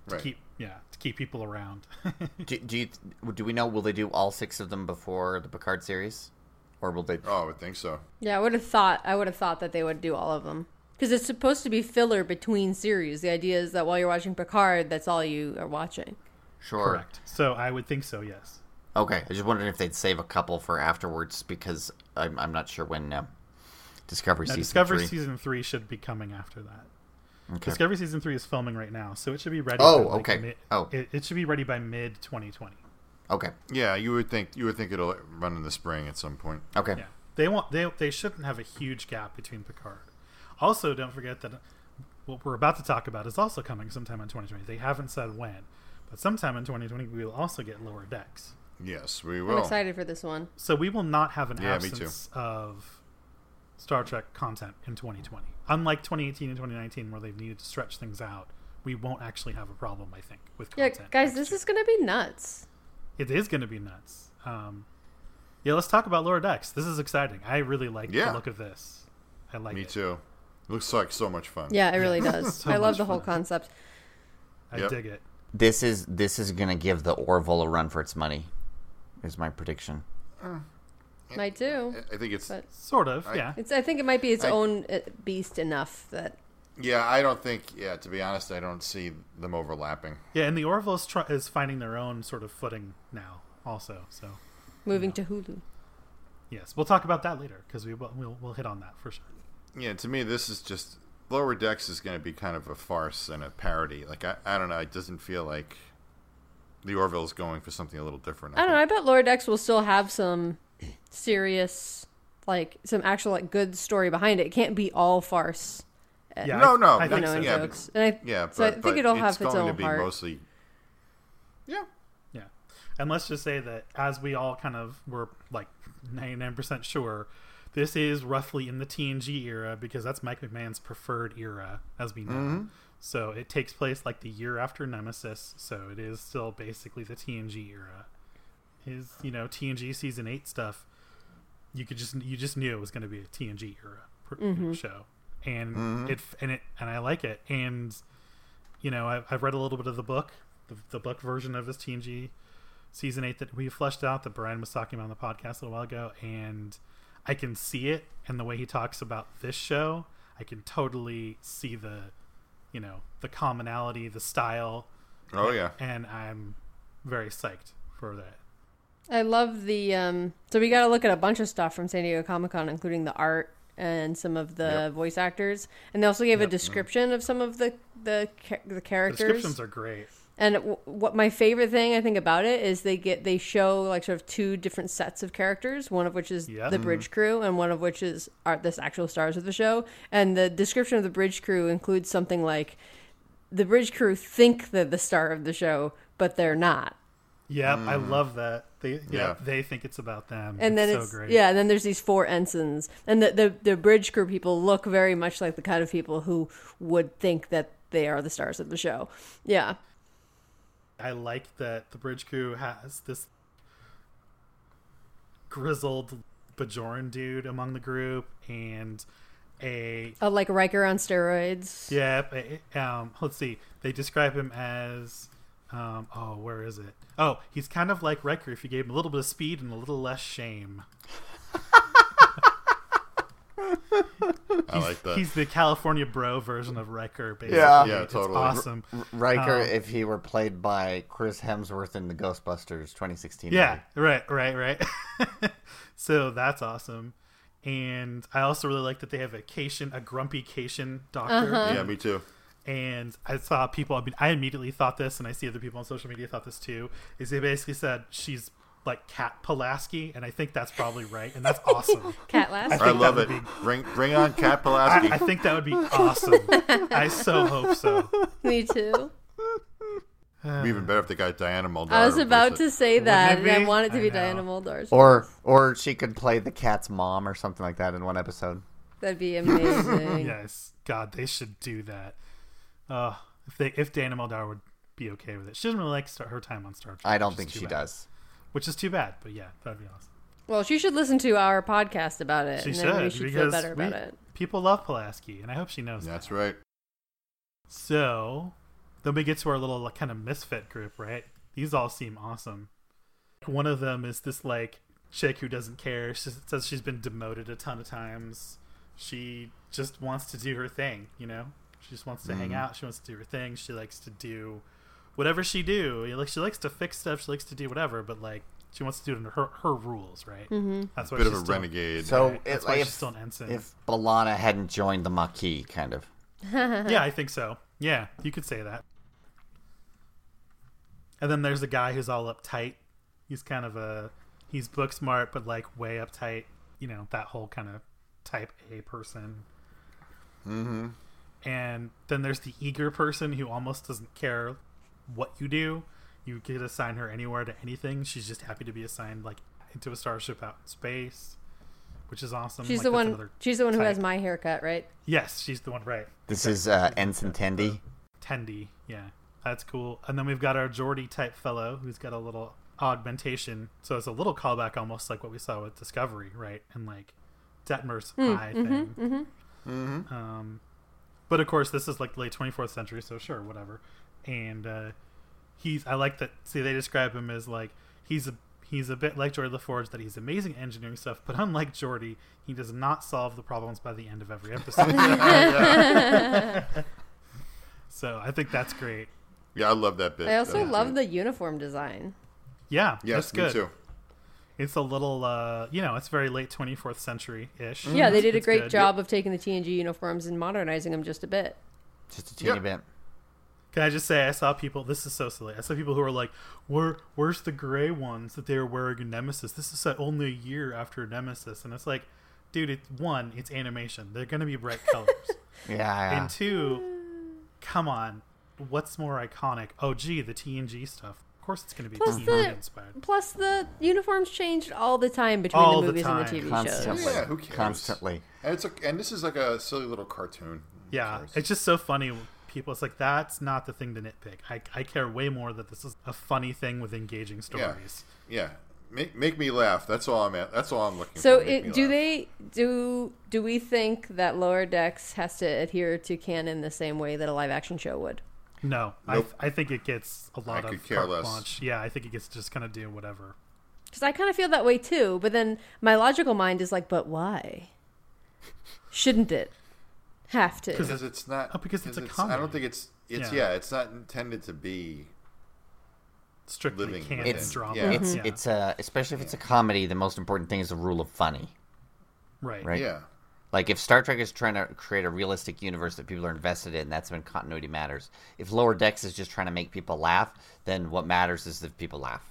S3: to
S1: Right.
S3: keep yeah to keep people around.
S4: Do, do you do we know? Will they do all six of them before the Picard series? Or will they?
S1: Oh, I would think so.
S2: Yeah, I would have thought I would have thought that they would do all of them because it's supposed to be filler between series. The idea is that while you're watching Picard, that's all you are watching.
S4: Sure.
S3: Correct. So I would think so. Yes.
S4: Okay. I just wondered if they'd save a couple for afterwards because I'm, I'm not sure when uh, Discovery
S3: Now,
S4: season
S3: Discovery
S4: three.
S3: season three should be coming after that.
S4: Okay.
S3: Discovery season three is filming right now, so it should be ready.
S4: Oh,
S3: by, like,
S4: okay.
S3: mid-
S4: Oh.
S3: it, it should be ready by mid 2020.
S4: okay.
S1: Yeah, you would think you would think it'll run in the spring at some point.
S4: Okay.
S3: Yeah, they won't. They they shouldn't have a huge gap between Picard. Also, don't forget that what we're about to talk about is also coming sometime in 2020. They haven't said when, but sometime in 2020 we will also get lower decks.
S1: Yes, we
S2: I'm
S1: will.
S2: excited for this one.
S3: So we will not have an
S1: Yeah, me too.
S3: absence of Star Trek content in 2020. Unlike 2018 and 2019, where they've needed to stretch things out, we won't actually have a problem. I think with
S2: Yeah,
S3: content.
S2: guys,
S3: next
S2: this
S3: year.
S2: is gonna be nuts.
S3: it is going to be nuts. Um, yeah, let's talk about Lower Decks. This is exciting. I really like
S1: Yeah.
S3: the look of this. I like
S1: Me
S3: it.
S1: too. Looks like so much fun.
S2: Yeah, it really does.
S3: So
S2: I love
S3: much
S2: the whole
S3: fun.
S2: concept.
S3: I
S1: Yep.
S3: dig it.
S4: This is this is gonna give the Orville a run for its money. Is my prediction.
S2: Might do.
S1: I- I think it's
S2: But-
S3: Sort of,
S1: I-
S3: yeah.
S2: It's. I think it might be its
S1: I-
S2: own uh, beast enough that
S1: yeah. I don't think yeah. To be honest, I don't see them overlapping.
S3: Yeah, and the Orville is, try- is finding their own sort of footing now, also. So,
S2: moving to Hulu.
S3: yes, we'll talk about that later because we will, we'll, we'll hit on that for sure.
S1: Yeah, to me, this is just Lower Decks is going to be kind of a farce and a parody. Like I, I don't know. It doesn't feel like the Orville's going for something a little different.
S2: I don't know.
S1: think.
S2: I bet Lower Decks will still have some serious, like some actual like good story behind it. It can't be all farce,
S3: Yeah,
S1: No, no,
S3: I
S1: no,
S2: Uh, you
S1: That's-
S2: know, and
S3: think so.
S1: yeah, but-
S2: jokes. And I,
S1: Yeah, but,
S2: so I think
S1: but
S2: it'll
S1: it's
S2: have its
S1: going to
S2: own
S1: be
S2: heart.
S1: mostly. Yeah,
S3: Yeah. And let's just say that as we all kind of were like 99% sure, this is roughly in the TNG era because that's Mike McMahon's preferred era, as we know. So it takes place like the year after Nemesis. So it is still basically the TNG era. His, you know, TNG season eight stuff, you could just, you just knew it was going to be a TNG era pr- show. And it, and it, and I like it. And, you know, I've, I've read a little bit of the book, the, the book version of this TNG season eight that we fleshed out that Brian was talking about on the podcast a little while ago, and I can see it and the way he talks about this show, I can totally see the, you know, the commonality, the style,
S1: oh yeah.
S3: and I'm very psyched for that.
S2: I love the. Um, so we got to look at a bunch of stuff from San Diego Comic Con, including the art and some of the
S1: Yep.
S2: voice actors, and they also gave a description of some of the the cha- the
S3: The
S2: characters.
S3: descriptions are great.
S2: And w- what my favorite thing I think about it is they get they show like sort of two different sets of characters, one of which is
S3: Yeah.
S2: the bridge crew, and one of which is are this actual stars of the show. And the description of the bridge crew includes something like the bridge crew think they're the star of the show, but they're not.
S3: Yeah, I love that. They yeah,
S1: Yeah.
S3: they think it's about them.
S2: And then
S3: it's,
S2: it's
S3: so great.
S2: yeah, and then there's these four ensigns, and the, the the bridge crew people look very much like the kind of people who would think that they are the stars of the show. Yeah,
S3: I like that the bridge crew has this grizzled Bajoran dude among the group and a
S2: uh, like Riker on steroids.
S3: yeah, a- um, let's see. They describe him as um, oh, where is it? Oh, he's kind of like Riker if you gave him a little bit of speed and a little less shame.
S1: I like that.
S3: He's the California bro version of Riker, basically.
S4: Yeah.
S1: Yeah,
S3: it's
S1: totally.
S3: awesome.
S4: Riker,
S3: Um,
S4: if he were played by Chris Hemsworth in the Ghostbusters 2016.
S3: Yeah,
S4: movie.
S3: right, right, right. so that's awesome. And I also really like that they have a Cation, a grumpy Cation doctor.
S1: Yeah, me too.
S3: And I saw people, I mean, I immediately thought this, and I see other people on social media thought this too, is they basically said she's like Cat Pulaski, and I think that's probably right, and that's awesome.
S2: Cat last.
S1: I love it. Bring bring on Cat Pulaski.
S3: I think that would be awesome. I so hope so.
S2: Me too.
S1: It'd be even better if they got Diana Muldaur.
S2: I was
S1: to
S2: about
S1: voice it.
S2: to say that,
S3: Wouldn't
S2: and
S3: it
S2: I
S3: be?
S2: want it to
S3: I
S2: be
S3: know.
S2: Diana Muldaur.
S4: Or or she could play the cat's mom or something like that in one episode.
S2: That'd be amazing.
S3: Yes, God, they should do that. Uh, if they, if Dana Muldaur would be okay with it, she doesn't really like star, her time on Star Trek.
S4: I don't
S3: which
S4: think
S3: is too
S4: she
S3: bad.
S4: does.
S3: which is too bad. But yeah, that'd be awesome.
S2: Well, she should listen to our podcast about it,
S3: She
S2: and
S3: should,
S2: then we should feel
S3: because
S2: better about
S3: we-
S2: it.
S3: People love Pulaski, and I hope she knows that.
S1: That's right.
S3: So then we get to our little like, kind of misfit group, right? These all seem awesome. One of them is this like chick who doesn't care. She says she's been demoted a ton of times. She just wants to do her thing, you know? She just wants to
S1: Mm-hmm.
S3: hang out. She wants to do her thing. She likes to do whatever she do. You know, Like she likes to fix stuff. She likes to do whatever, but like she wants to do it under her, her rules, right? Mm-hmm. That's why
S1: Bit of a
S3: she's still-
S1: renegade.
S4: So
S3: Right,
S4: it,
S3: that's
S4: like,
S3: why
S4: if,
S3: she's still an ensign.
S4: if Balana hadn't joined the Maquis, kind of.
S3: yeah, I think so. Yeah, you could say that. And then there's the guy who's all uptight. He's kind of a he's book smart, but like way uptight. You know that whole kind of type A person. Mm-hmm. And then there's the eager person who almost doesn't care what you do. You could assign her anywhere to anything. She's just happy to be assigned like into a starship out in space, which is awesome.
S2: She's
S3: Like,
S2: the
S3: that's
S2: one.
S3: another
S2: She's the one who has
S3: type.
S2: my haircut, right?
S3: Yes, she's the one. Right.
S4: This is uh, Ensign Tendy.
S3: Tendy, yeah. That's cool. And then we've got our Geordie type fellow who's got a little augmentation. So it's a little callback almost like what we saw with Discovery, right? And like Detmer's eye thing.
S1: Mm-hmm.
S3: Um, but of course, this is like late 24th century, so sure, whatever. And uh, he's, I like that. See, they describe him as like, he's a He's a bit like Jordy LaForge that he's amazing at engineering stuff, but unlike Jordy, he does not solve the problems by the end of every episode. so I think that's great.
S1: Yeah, I love that bit.
S2: I also
S1: That-
S2: love the uniform design.
S3: Mm-hmm. Yeah,
S1: Yes,
S3: that's good.
S1: me too.
S3: It's a little, uh, you know, it's very late 24th century ish.
S2: Yeah, they did a great job of taking the TNG uniforms and modernizing them just a bit.
S4: Just a teeny
S1: Yep.
S4: bit.
S3: Can I just say, I saw people. This is so silly. I saw people who were like, "Where, where's the gray ones that they were wearing in Nemesis? This is set only a year after Nemesis." And it's like, dude, it's one, it's animation. They're gonna be bright colors.
S4: Yeah.
S2: Ah.
S4: yeah.
S3: and two, come on, what's more iconic? Oh, gee, the TNG stuff. Of course, it's gonna be
S2: Plus
S3: TNG
S2: the-
S3: inspired.
S2: Plus, the uniforms changed all the time between
S3: All
S2: the
S3: the
S2: movies and the
S3: time.
S2: TV
S4: Constantly.
S2: shows.
S1: Yeah, who cares?
S4: Constantly.
S1: And it's a, and this is like a silly little cartoon. Who
S3: Yeah,
S1: cares?
S3: it's just so funny. when People, it's like that's not the thing to nitpick. I, I care way more that this is a funny thing with engaging stories.
S1: yeah. Make, make me laugh. That's all I'm at. That's all I'm looking
S2: So,
S1: for. Make me
S2: it, do
S1: laugh.
S2: they do? Do we think that Lower Decks has to adhere to canon the same way that a live action show would?
S3: No,
S1: Nope.
S3: I, I think it gets a lot
S1: I
S3: of
S1: could care
S3: carte
S1: less.
S3: blanche. Yeah, I think it gets to just kind of do whatever.
S2: Because I kind of feel that way too. But then my logical mind is like, but why? Shouldn't it have to?
S1: Because it's not.
S3: Oh, because it's a
S1: I
S3: comedy.
S1: don't think it's. It's yeah.
S3: Yeah.
S1: It's not intended to be.
S3: Strictly
S1: Living
S3: canon
S1: with
S4: it.
S3: drama.
S1: Yeah.
S4: It's it's a especially if it's a comedy. The most important thing is the rule of funny,
S3: right.
S4: right?
S1: Yeah.
S4: Like if Star Trek is trying to create a realistic universe that people are invested in, that's when continuity matters. If Lower Decks is just trying to make people laugh, then what matters is that people laugh,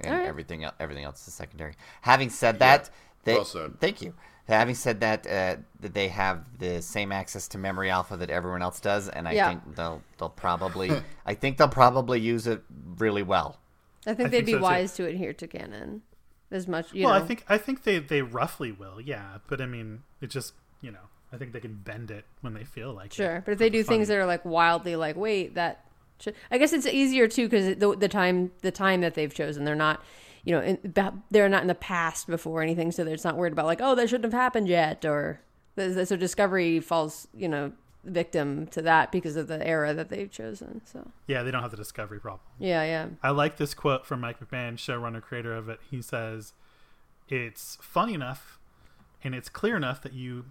S4: and
S2: Alright.
S4: everything el- everything else is secondary. Having said that, they,
S1: well said.
S4: thank you. Having said that, uh, that they have the same access to memory alpha that everyone else does, and I
S2: Yeah.
S4: think they'll they'll probably I think they'll probably use it really well.
S2: I think
S3: I
S2: they'd
S3: think
S2: be
S3: so, too.
S2: wise to adhere to canon as much. You
S3: Well,
S2: know.
S3: I think I think they they roughly will. Yeah, but I mean, it just you know, I think they can bend it when they feel like it.
S2: Sure, but if they do things that are like wildly like, wait, that should, I guess it's easier too because the, the time the time that they've chosen, they're not, you know, in, ba- they're not in the past before anything, so they're it's not worried about like, oh, that shouldn't have happened yet, or th- th- so Discovery falls, you know, victim to that because of the era that they've chosen. So
S3: Yeah, they don't have the discovery problem.
S2: yeah, yeah,
S3: I like this quote from Mike McMahon, showrunner, creator of it. He says, "It's funny enough, and it's clear enough that you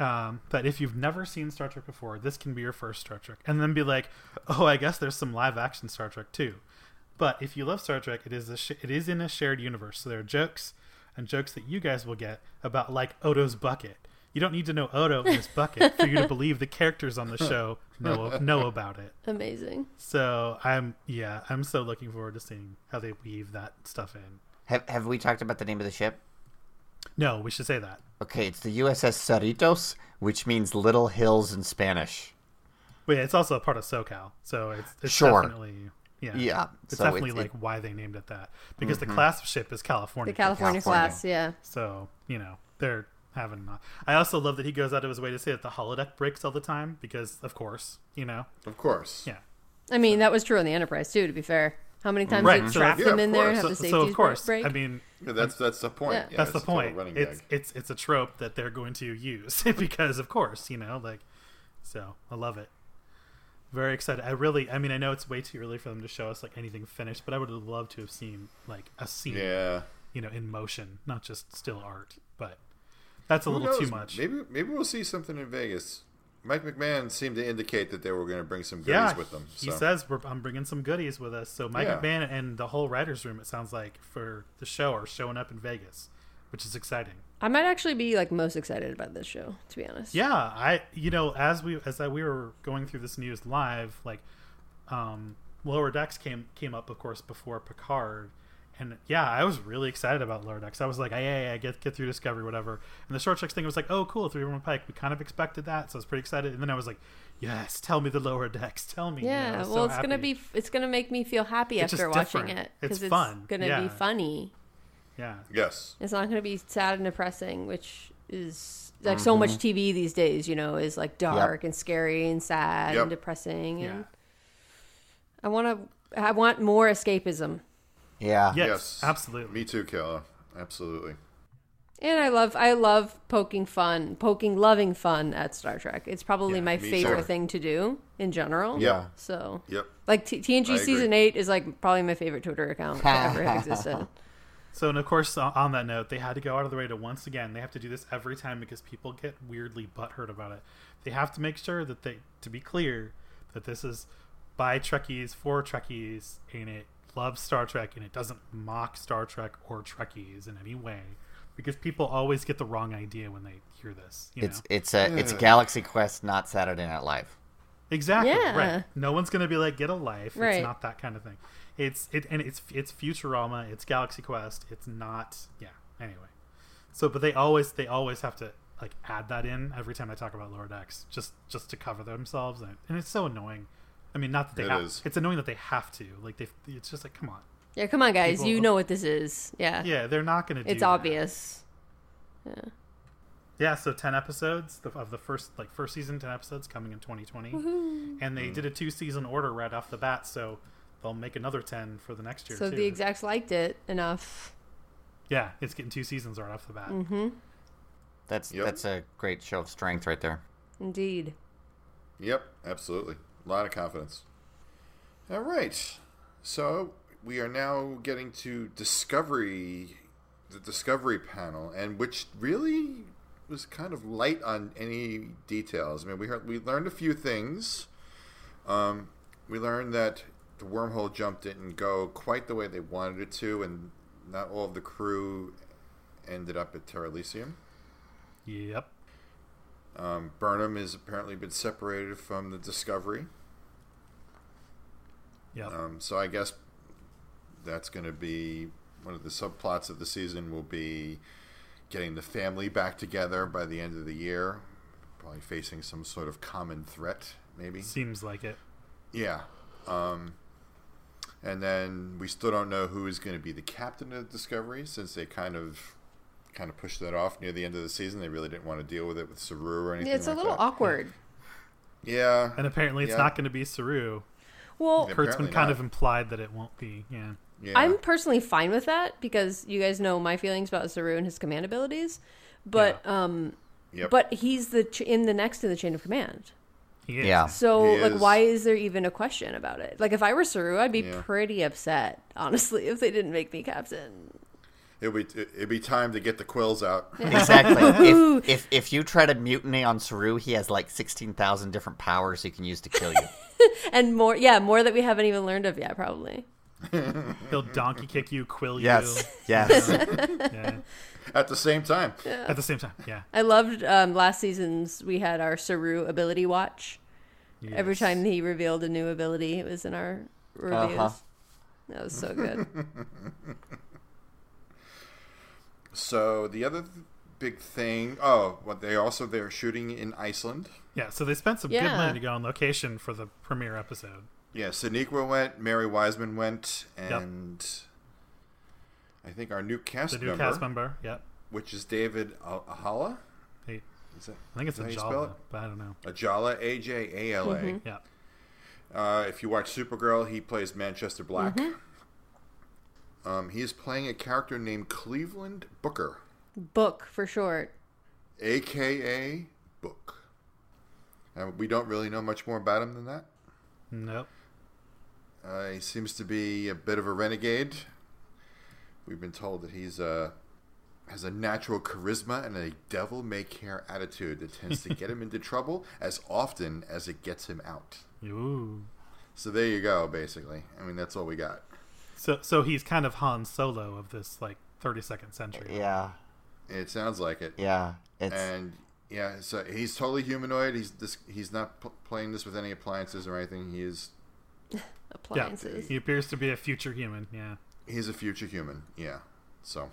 S3: um, that if you've never seen Star Trek before, this can be your first Star Trek." And then be like, "Oh, I guess there's some live action Star Trek too." But if you love Star Trek, it is a sh- it is in a shared universe. So there are jokes and jokes that you guys will get about like Odo's bucket. You don't need to know Odo and his bucket for you to believe the characters on the show know know about it.
S2: amazing.
S3: So I'm yeah, I'm so looking forward to seeing how they weave that stuff in.
S4: Have Have we talked about the name of the ship?
S3: No, we should say that.
S4: Okay, it's the USS Cerritos, which means little hills in Spanish.
S3: Wait, it's also a part of SoCal, so it's, it's
S4: Sure.
S3: definitely yeah,
S4: Yeah,
S3: It's
S4: so
S3: definitely
S4: it's-
S3: like
S4: it- Mm-hmm.
S3: why they named it that because the class ship is California.
S2: The California,
S4: California.
S2: class, yeah.
S3: So you know they're having. Not- I also love that he goes out of his way to say that the holodeck breaks all the time because of course you know
S1: Of course.
S3: yeah.
S2: I mean, that was true on the Enterprise too. To be fair, how many times
S3: Right,
S2: they
S3: so-
S2: trapped
S1: Yeah,
S2: them
S1: of
S2: in there and
S1: course.
S2: have
S3: So,
S2: the safety
S3: so of course,
S2: break?
S3: I mean,
S1: Yeah, that's that's the point.
S2: Yeah.
S1: Yeah,
S3: that's the
S1: it's a total
S3: point.
S1: Running
S3: It's
S1: gag.
S3: it's it's a trope that they're going to use because of course, you know, like so I love it. Very excited. I really I mean I know it's way too early for them to show us like anything finished, but I would have loved to have seen like a scene,
S1: Yeah.
S3: you you know in motion, not just still art. But that's a
S1: Who
S3: little too
S1: knows?
S3: much.
S1: Maybe maybe we'll see something in Vegas. Mike McMahon seemed to indicate that they were going to bring some goodies
S3: yeah,
S1: with them. So.
S3: he says we're, I'm bringing some goodies with us. So Mike
S1: Yeah.
S3: McMahon and the whole writers' room, it sounds like, for the show are showing up in Vegas, which is exciting.
S2: I might actually be like most excited about this show, to be honest.
S3: Yeah, I you know as we as I, we were going through this news live, like um, Lower Decks came came up, of course, before Picard, and yeah, I was really excited about Lower Decks. I was like, yeah, yeah, yeah, get get through Discovery, whatever. And the short tracks thing was like, oh, cool, three one Pike. We kind of expected that, so I was pretty excited. And then I was like, yes, tell me the Lower Decks, tell me. You know, I
S2: Yeah,
S3: was so
S2: well, it's gonna
S3: happy.
S2: be it's gonna make me feel happy
S3: It's
S2: after
S3: just
S2: watching
S3: different.
S2: it
S3: It's
S2: because it's,
S3: fun.
S2: gonna
S3: Yeah.
S2: be funny.
S3: yeah.
S1: yes.
S2: It's not gonna be sad and depressing, which is like so much
S3: Mm-hmm.
S2: TV these days. You know, is like dark and scary and sad
S1: Yep.
S2: and depressing.
S3: Yeah.
S2: And I want to, I want more escapism.
S4: Yeah.
S3: Yes,
S1: Yes.
S3: absolutely.
S1: Me too, Kella. Absolutely.
S2: And I love, I love poking fun, poking loving fun at Star Trek. It's probably
S3: Yeah,
S2: my
S1: me
S2: favorite
S1: too.
S2: thing to do in general.
S1: Yeah.
S2: So
S1: Yep.
S2: Like T-
S1: I
S2: TNG
S1: agree.
S2: season eight is like probably my favorite Twitter account that ever had existed.
S3: So, and of course, o- on that note, they had to go out of their way to once again. They have to do this every time because people get weirdly butthurt about it. They have to make sure that they, to be clear, that this is by Trekkies for Trekkies, and it loves Star Trek, and it doesn't mock Star Trek or Trekkies in any way, because people always get the wrong idea when they hear this. You
S4: It's
S3: know?
S4: it's a it's a Galaxy Quest, not Saturday Night Live.
S3: Exactly.
S2: Yeah.
S3: Right. No one's gonna be like, get a life.
S2: Right.
S3: It's not that kind of thing. It's it and it's it's Futurama. It's Galaxy Quest. It's not. Yeah. Anyway. So, but they always they always have to like add that in every time I talk about Lower Decks, just just to cover themselves, and, and it's so annoying. I mean, not that
S1: It
S3: they have.
S1: is.
S3: It's annoying that they have to. Like they. It's just like, come on.
S2: Yeah, come on, guys.
S3: People-
S2: You know what this is. Yeah.
S3: Yeah, they're not gonna. do
S2: it's
S3: that.
S2: obvious.
S3: Yeah, so ten episodes th- of the first like first season, ten episodes coming in 2020, and they did a two season order right off the bat, so they'll make another ten for the next year.
S2: So
S3: too.
S2: the execs liked it enough.
S3: yeah, it's getting two seasons right off the bat.
S2: Mm-hmm.
S4: That's
S1: Yep.
S4: that's a great show of strength right there.
S2: Indeed.
S1: Yep. Absolutely. A lot of confidence. All right. So we are now getting to Discovery, the Discovery panel, and which really was kind of light on any details. I mean, we heard we learned a few things. Um, we learned that the wormhole jump didn't go quite the way they wanted it to, and not all of the crew ended up at Terra Elysium.
S3: Yep.
S1: Um, Burnham has apparently been separated from the Discovery,
S3: Yep.
S1: um, so I guess that's going to be one of the subplots of the season. Will be getting the family back together by the end of the year, probably facing some sort of common threat, maybe.
S3: Seems like it.
S1: Yeah. Um, and then we still don't know who is going to be the captain of Discovery since they kind of kind of pushed that off near the end of the season. They really didn't want to deal with it with Saru or anything.
S2: it's a
S1: like
S2: little
S1: that.
S2: awkward.
S1: Yeah.
S3: And apparently, it's
S1: Yeah.
S3: not going to be Saru.
S2: Well,
S1: Yeah.
S3: Kurtzman
S1: Apparently
S3: kind
S1: not.
S3: of implied that it won't be. Yeah.
S1: yeah.
S2: I'm personally fine with that because you guys know my feelings about Saru and his command abilities. But um,
S1: Yep.
S2: but he's the ch- in the next in the chain of command.
S3: He is.
S4: Yeah.
S2: So
S1: He
S2: like,
S1: is-
S2: why is there even a question about it? Like, if I were Saru, I'd be
S1: Yeah.
S2: pretty upset, honestly, if they didn't make me captain.
S1: it'd be it'd be time to get the quills out.
S4: Exactly. if, if if you try to mutiny on Saru, he has like sixteen thousand different powers he can use to kill you.
S2: And more, yeah, more that we haven't even learned of yet, probably.
S3: He'll donkey kick you, quill
S4: Yes.
S3: you. Yeah.
S1: At the same time,
S3: At the same time. Yeah.
S2: I loved um, last season's. We had our Saru ability watch. Every
S3: Yes.
S2: time he revealed a new ability, it was in our reviews.
S4: Uh-huh.
S2: That was so good.
S1: so the other th- big thing. Oh, well, they also they're shooting in Iceland.
S3: Yeah. So they spent some good
S2: Yeah.
S3: money to go on location for the premiere episode.
S1: Yeah, Sonequa went, Mary Wiseman went, and I think our new cast
S3: The new
S1: member,
S3: cast member. Yep.
S1: which is David Al- Ahala.
S3: Hey,
S1: Is that
S3: I think
S1: Is
S3: it's a
S1: that how you spell
S3: Java,
S1: it?
S3: but I don't know.
S1: Ajala? A J A L A.
S3: Yeah.
S1: Uh, If you watch Supergirl, he plays Manchester Black. Um, he is playing a character named Cleveland Booker,
S2: Book for short.
S1: aka Book. And we don't really know much more about him than that.
S3: Nope.
S1: Uh, he seems to be a bit of a renegade. We've been told that he's uh, has a natural charisma and a devil may care attitude that tends to get him into trouble as often as it gets him out.
S3: Ooh.
S1: So there you go, basically. I mean, that's all we got.
S3: So so he's kind of Han Solo of this like 32nd century.
S4: Yeah.
S1: It sounds like it.
S4: Yeah. It's
S1: And yeah, so he's totally humanoid. He's this. He's not p- playing this with any appliances or anything. He is.
S3: Yeah.
S2: appliances.
S3: He appears to be a future human. Yeah.
S1: He's a future human. Yeah. So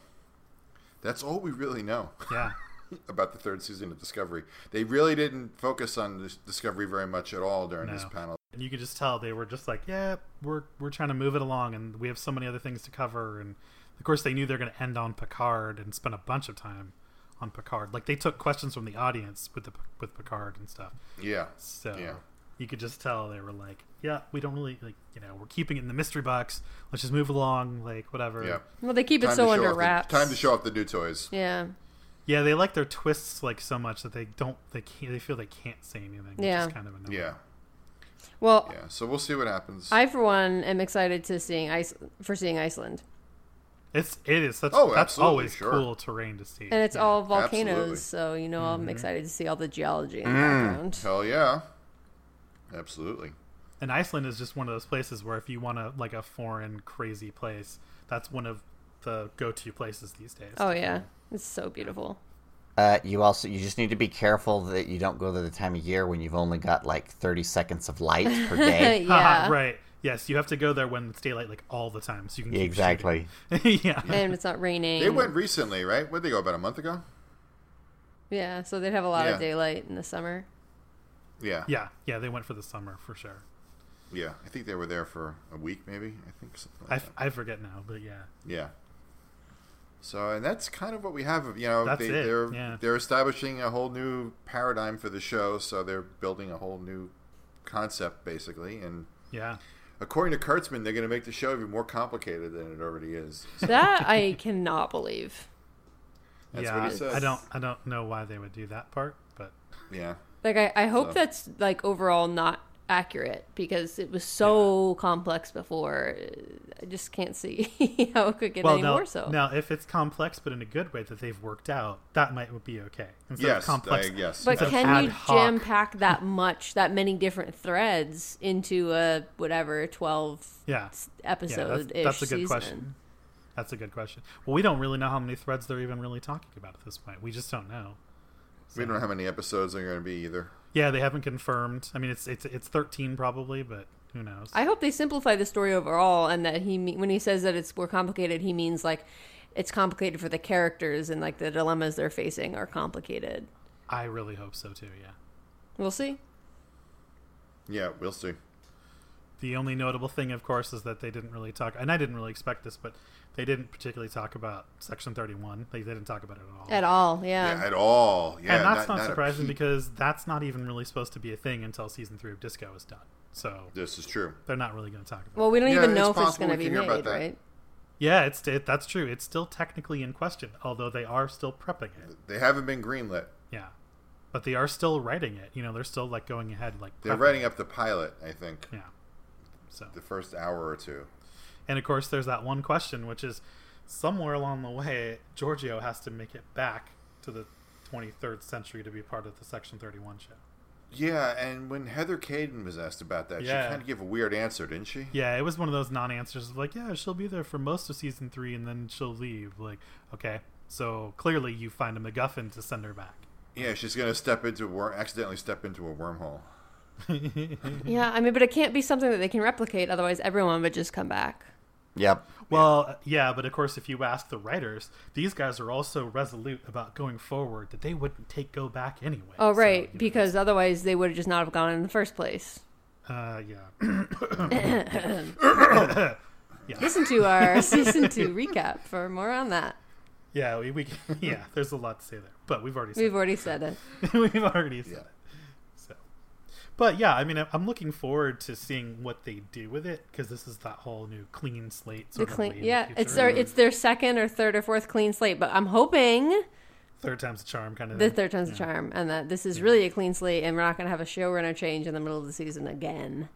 S1: that's all we really know.
S3: Yeah.
S1: about the third season of Discovery. They really didn't focus on this Discovery very much at all during this
S3: No.
S1: panel.
S3: And you could just tell they were just like, yeah, we're we're trying to move it along, and we have so many other things to cover. And of course, they knew they're going to end on Picard and spend a bunch of time on Picard. Like they took questions from the audience with the with Picard and stuff.
S1: Yeah.
S3: So
S1: Yeah.
S3: you could just tell they were like, yeah, we don't really like, you know, we're keeping it in the mystery box. Let's just move along, like whatever.
S1: Yeah.
S2: Well, they keep it
S1: Time
S2: so
S1: to
S2: under
S1: show off the-
S2: wraps.
S1: time to show off the new toys.
S2: Yeah.
S3: Yeah, they like their twists like so much that they don't they can't they feel they can't say anything.
S2: Yeah.
S3: Which is kind of annoying.
S1: Yeah.
S2: Well,
S1: Yeah. So we'll see what happens.
S2: I for one am excited to seeing Ice for seeing Iceland,
S3: It's it is such
S1: Oh,
S3: that's
S1: absolutely,
S3: always
S1: sure.
S3: cool terrain to see.
S2: and it's all
S1: absolutely.
S2: volcanoes,
S1: Mm-hmm. Mm.
S2: so you know I'm excited to see all the geology in the background.
S1: Hell yeah. Absolutely.
S3: and Iceland is just one of those places where if you want to like a foreign crazy place, that's one of the go-to places these days.
S2: Oh yeah, it's so beautiful.
S4: uh, you also you just need to be careful that you don't go there the time of year when you've only got like 30 seconds of light per day.
S2: yeah,
S3: right. Yes, you have to go there when it's daylight like all the time so you can keep
S4: exactly.
S3: shooting. yeah.
S2: and it's not raining.
S1: They went recently, right? Where'd they go? About a month ago?
S2: Yeah, so they'd have a lot
S1: Yeah.
S2: of daylight in the summer.
S1: Yeah.
S3: Yeah. Yeah, they went for the summer for sure.
S1: Yeah. I think they were there for a week, maybe. I think something
S3: I,
S1: like
S3: f-
S1: that.
S3: I forget now, but yeah.
S1: Yeah. So, and that's kind of what we have. You know,
S3: That's
S1: they,
S3: it,
S1: they're
S3: yeah.
S1: they're establishing a whole new paradigm for the show. So they're building a whole new concept, basically. And
S3: Yeah.
S1: according to Kurtzman, they're going to make the show even more complicated than it already is.
S2: That I cannot believe.
S1: That's
S3: yeah.
S1: what he says.
S3: I don't I don't know why they would do that part, but
S1: Yeah.
S2: Like I, I hope
S1: So-
S2: that's like overall not accurate because it was so complex before. I just can't see how it could get any
S3: now,
S2: more so.
S3: now if it's complex but in a good way that they've worked out, that might be okay. Instead
S1: Yes.
S3: of complex
S1: I, yes.
S2: But
S1: that's-
S2: can
S3: ad
S2: you
S3: hoc.
S2: jam pack that much, that many different threads into a whatever twelve
S3: Yeah. Yeah, that's,
S2: episode ish
S3: that's a good
S2: season?
S3: question. That's a good question. Well, we don't really know how many threads they're even really talking about at this point. We just don't know.
S1: we don't know how many episodes are going to be either.
S3: Yeah, they haven't confirmed. I mean, it's it's it's 13 probably, but who knows?
S2: I hope they simplify the story overall, and that he me- when he says that it's more complicated, he means like it's complicated for the characters and like the dilemmas they're facing are complicated.
S3: I really hope so too. Yeah.
S2: We'll see.
S1: Yeah, we'll see.
S3: The only notable thing, of course, is that they didn't really talk, and I didn't really expect this, but they didn't particularly talk about Section 31. They, they didn't talk about it at all.
S2: At all, yeah.
S1: Yeah, at all. Yeah,
S3: and that's not,
S1: a
S3: surprising
S1: peep.
S3: because that's not even really supposed to be a thing until season three of Disco is done. So
S1: this is true.
S3: they're not really going to talk about. it.
S2: well, we don't
S1: Yeah,
S2: even
S1: it's
S2: know if it's
S1: possible
S2: going to
S1: we
S2: be
S1: can hear about
S2: made,
S1: that.
S2: right?
S3: Yeah, it's it, that's true. It's still technically in question, although they are still prepping it.
S1: They haven't been greenlit.
S3: Yeah, but they are still writing it. You know, they're still like going ahead, like
S1: They're
S3: prepping
S1: writing
S3: it.
S1: up the pilot, I think,
S3: Yeah. So
S1: the first hour or two.
S3: and of course, there's that one question, which is somewhere along the way, Giorgio has to make it back to the 23rd century to be part of the Section 31 show.
S1: Yeah, and when Heather Caden was asked about that,
S3: Yeah.
S1: she kind of gave a weird answer, didn't she?
S3: Yeah, it was one of those non-answers of like, yeah, she'll be there for most of season three, and then she'll leave. Like, okay, so clearly you find a MacGuffin to send her back.
S1: Yeah, she's gonna step into a worm, accidentally step into a wormhole. Mm-hmm.
S2: Yeah, I mean, but it can't be something that they can replicate. Otherwise, everyone would just come back.
S4: Yep.
S3: Well, uh, yeah, but of course, if you ask the writers, these guys are also resolute about going forward that they wouldn't take go back anyway.
S2: Oh,
S3: So,
S2: right,
S3: you know,
S2: because otherwise they would have just not have gone in the first place.
S3: uh, yeah,
S2: Listen to our season two recap for more on that.
S3: yeah, we, we yeah. There's a lot to say there, but we've already said
S2: We've already said it.
S3: we've already said
S1: Yeah.
S3: it. So, but yeah, I mean, I- I'm looking forward to seeing what they do with it because this is that whole new clean slate.
S2: The
S3: Sort of way
S2: clean,
S3: in
S2: yeah,
S3: the
S2: it's
S3: future.
S2: their it's their second or third or fourth clean slate. But I'm hoping
S3: third time's a charm kind of
S2: the
S3: thing.
S2: third time's the charm, and that this is really a clean slate, and we're not going to have a showrunner change in the middle of the season again.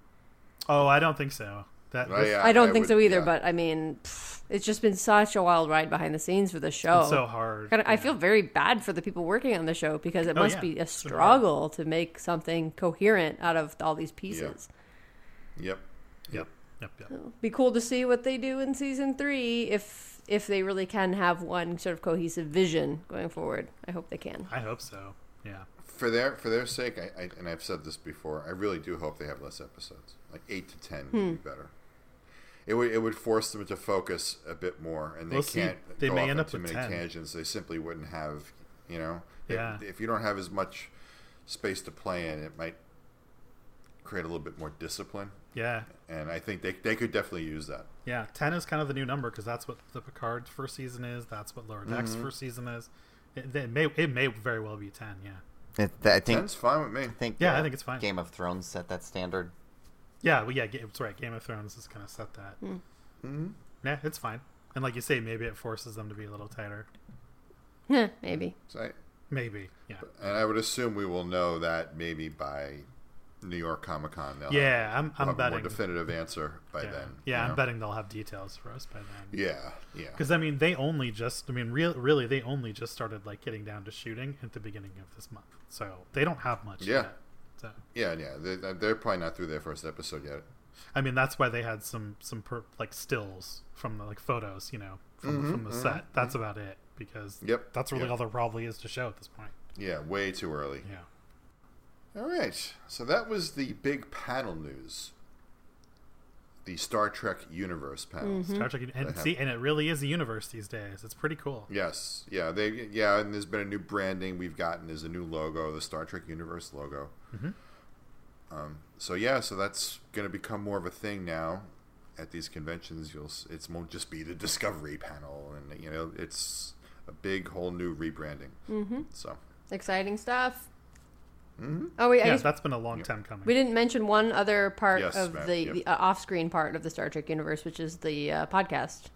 S3: oh, I don't think so. That
S1: Oh,
S3: this-
S1: yeah,
S2: I don't
S1: I
S2: think
S1: would-
S2: so either,
S1: yeah.
S2: but I mean, pff, it's just been such a wild ride behind the scenes for the show.
S3: so hard,
S2: Oh. Kinda- I
S3: yeah.
S2: feel very bad for the people working on the show because it
S3: Oh,
S2: must
S3: yeah.
S2: be a
S3: It's been hard.
S2: struggle to make something coherent out of all these pieces.
S1: Yep.
S3: Yep. Yep. Yep.
S2: Be cool to see what they do in season three if if they really can have one sort of cohesive vision going forward. I hope they can.
S3: I hope so. Yeah.
S1: For their for their sake, I, I and I've said this before. I really do hope they have less episodes. Like eight to ten
S2: Hmm.
S1: would be better. It would it would force them to focus a bit more, and they
S3: We'll see.
S1: can't.
S3: They
S1: go
S3: may
S1: off
S3: end
S1: on
S3: up
S1: too
S3: with
S1: many
S3: 10.
S1: tangents. They simply wouldn't have. You know, They-
S3: Yeah.
S1: if you don't have as much space to play in, it might create a little bit more discipline.
S3: Yeah.
S1: And I think they they could definitely use that.
S3: Yeah. Ten is kind of the new number because that's what the Picard first season is. That's what Lower Decks first season is. It, it may it may very well be ten. Yeah.
S4: It, I think.
S1: Ten's fine with me.
S4: I think uh,
S3: Yeah, I think it's fine.
S4: Game of Thrones set that standard.
S3: Yeah. Well, yeah. Ga- It's right. Game of Thrones is kind of set that.
S2: Hmm.
S3: Mm-hmm. Yeah, it's fine. And like you say, maybe it forces them to be a little tighter.
S2: Heh, Maybe.
S1: So I-
S3: Maybe. Yeah.
S1: and I would assume we will know that maybe by New York Comic Con.
S3: Yeah. I'm
S1: have
S3: I'm
S1: a more
S3: betting.
S1: definitive answer by
S3: Yeah,
S1: then.
S3: yeah
S1: you
S3: I'm
S1: know?
S3: betting they'll have details for us by then.
S1: Yeah, yeah.
S3: Because I mean, they only just—I mean, real, really, they only just started like getting down to shooting at the beginning of this month, so they don't have much.
S1: Yeah.
S3: yet. So
S1: Yeah, yeah. They're, they're probably not through their first episode yet.
S3: I mean, that's why they had some some per, like stills from the like photos, you know, from, from the set. That's about it because
S1: Mm-hmm, Yep,
S3: that's really
S1: yep.
S3: all there probably is to show at this point.
S1: Yeah, way too early.
S3: Yeah.
S1: All right. So that was the big panel news. The Star Trek universe panel.
S4: Mm-hmm.
S3: Star Trek, and see, and it really is a universe these days. It's pretty cool.
S1: Yes. Mm-hmm. Yeah, they yeah, and there's been a new branding we've gotten there's a new logo, the Star Trek universe logo. Mm-hmm. Um, so yeah, so that's going to become more of a thing now at these conventions. You'll s- it won't just be the discovery panel and you know, it's a big whole new rebranding. Mm-hmm. So
S2: Exciting stuff.
S1: Mm-hmm.
S2: Oh wait, I
S3: Yeah,
S2: guess
S3: that's been a long time coming.
S2: We didn't mention one other part
S1: Yes,
S2: of
S1: Matt,
S2: the,
S1: yep.
S2: the uh, off-screen part of the Star Trek universe, which is the uh, podcast.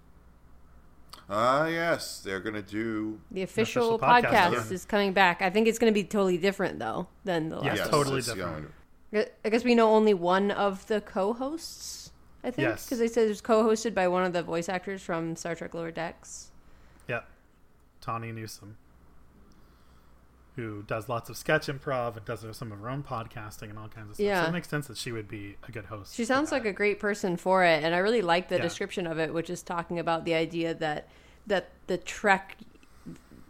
S1: Ah, yes, they're gonna do.
S2: The official,
S3: official
S2: podcast,
S3: podcast, yeah.
S2: is coming back. I think it's going to be totally different though than the last.
S3: Yes,
S1: yes,
S3: totally
S1: it's
S3: different.
S2: I I guess we know only one of the co-hosts. I think
S3: Yes.
S2: because they said it was co-hosted by one of the voice actors from Star Trek Lower Decks.
S3: Yeah. Tawny Newsom, who does lots of sketch improv and does some of her own podcasting and all kinds of stuff.
S2: Yeah.
S3: So it makes sense that she would be a good host.
S2: She
S3: for
S2: sounds
S3: that.
S2: like a great person for it, and I really like the
S3: Yeah.
S2: description of it, which is talking about the idea that that the Trek,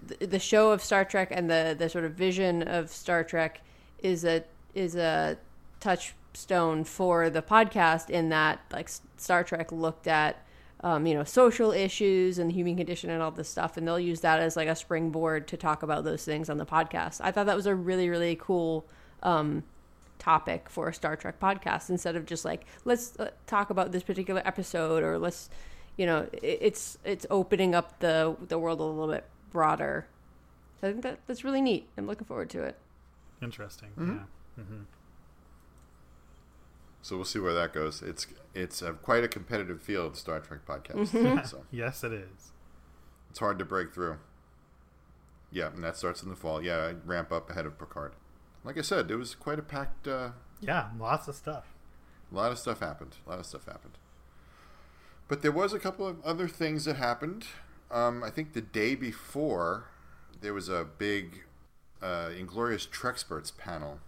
S2: th- the show of Star Trek, and the the sort of vision of Star Trek is a is a touchstone for the podcast in that like S- Star Trek looked at. Um, you know, social issues and the human condition and all this stuff, and they'll use that as like a springboard to talk about those things on the podcast. I thought that was a really, really cool topic for a Star Trek podcast instead of just like let's uh, talk about this particular episode or let's you know i- it's it's opening up the the world a little bit broader. So I think that that's really neat. I'm looking forward to it.
S3: Interesting. Yeah.
S1: So we'll see where that goes. It's it's a, quite a competitive field, Star Trek podcast. so
S3: Yes, it is.
S1: it's hard to break through. Yeah, and that starts in the fall. Yeah, I ramp up ahead of Picard. Like I said, it was quite a packed. uh,
S3: Yeah, lots of stuff.
S1: a lot of stuff happened. A lot of stuff happened. But there was a couple of other things that happened. Um, I think the day before, there was a big uh, Inglorious Trexperts panel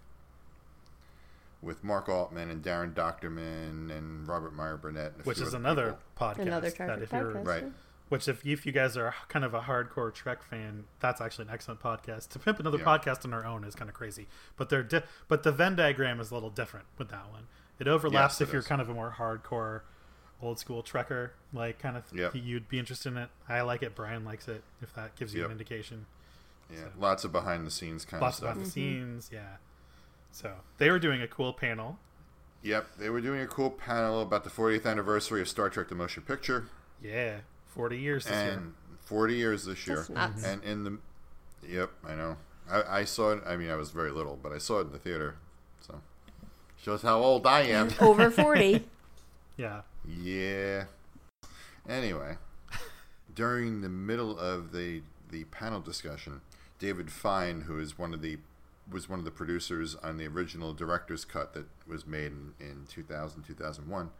S1: with Mark Altman and Darren Doctorman and Robert Meyer Burnett, and a
S3: Which
S1: few
S3: is
S1: other
S3: another
S1: people.
S3: podcast.
S2: Another Star
S3: that
S2: Trek
S3: if you're,
S2: podcast.
S1: right.
S3: Which, if, if you guys are kind of a hardcore Trek fan, that's actually an excellent podcast. To pimp another
S1: Yeah.
S3: podcast on our own is kind of crazy, but they're di- but the Venn diagram is a little different with that one. It overlaps
S1: Yes, it
S3: if you're
S1: is.
S3: kind of a more hardcore, old school Trekker, like kind of
S1: Yep.
S3: you'd be interested in it. I like it. Brian likes it. If that gives you
S1: Yep.
S3: an indication,
S1: Yeah, lots of behind the scenes kind
S3: lots
S1: of
S3: of
S1: stuff.
S3: behind the scenes. Yeah. So they were doing a cool panel.
S1: Yep, they were doing a cool panel about the 40th anniversary of Star Trek: The Motion Picture,
S3: Yeah, forty years this year.
S1: and 40 years this year.
S2: That's nuts.
S1: And in the, yep, I know. I, I saw it. I mean, I was very little, but I saw it in the theater. So shows how old I am.
S2: Over forty.
S3: Yeah.
S1: yeah. Anyway, during the middle of the the panel discussion, David Fine, who is one of the was one of the producers on the original director's cut that was made in, in 2000 2001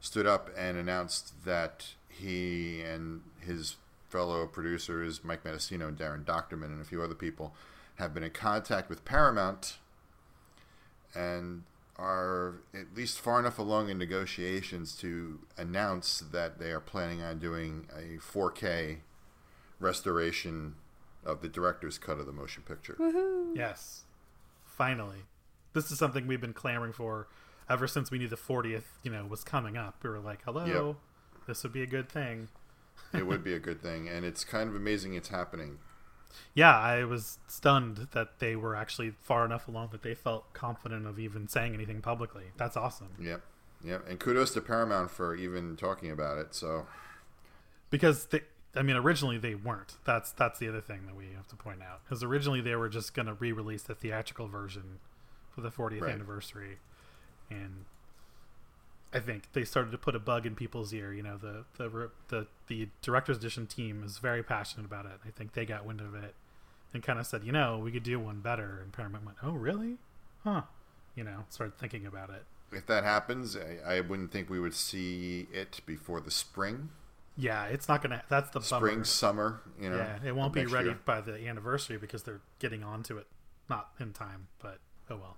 S1: stood up and announced that he and his fellow producers, Mike Medicino and Darren Doctorman, and a few other people, have been in contact with Paramount and are at least far enough along in negotiations to announce that they are planning on doing a 4K restoration of the director's cut of the motion picture.
S3: Yes. Finally. This is something we've been clamoring for ever since we knew the 40th, you know, was coming up. We were like, hello,
S1: Yep.
S3: this would be a good thing.
S1: it would be a good thing, and it's kind of amazing it's happening.
S3: Yeah, I was stunned that they were actually far enough along that they felt confident of even saying anything publicly. That's awesome.
S1: Yep. Yep. And kudos to Paramount for even talking about it. So,
S3: because they i mean originally they weren't that's that's the other thing that we have to point out because originally they were just going to re-release the theatrical version for the 40th
S1: Right.
S3: anniversary and i think they started to put a bug in people's ear you know the the re- the, the director's edition team is very passionate about it i think they got wind of it and kind of said you know we could do one better and paramount went oh really huh you know started thinking about it
S1: if that happens, I, I wouldn't think we would see it before the spring,
S3: yeah it's not gonna that's the bummer.
S1: spring, summer. You know,
S3: Yeah, it won't
S1: of
S3: be
S1: next
S3: ready
S1: year.
S3: by the anniversary because they're getting onto it, not in time. But oh well.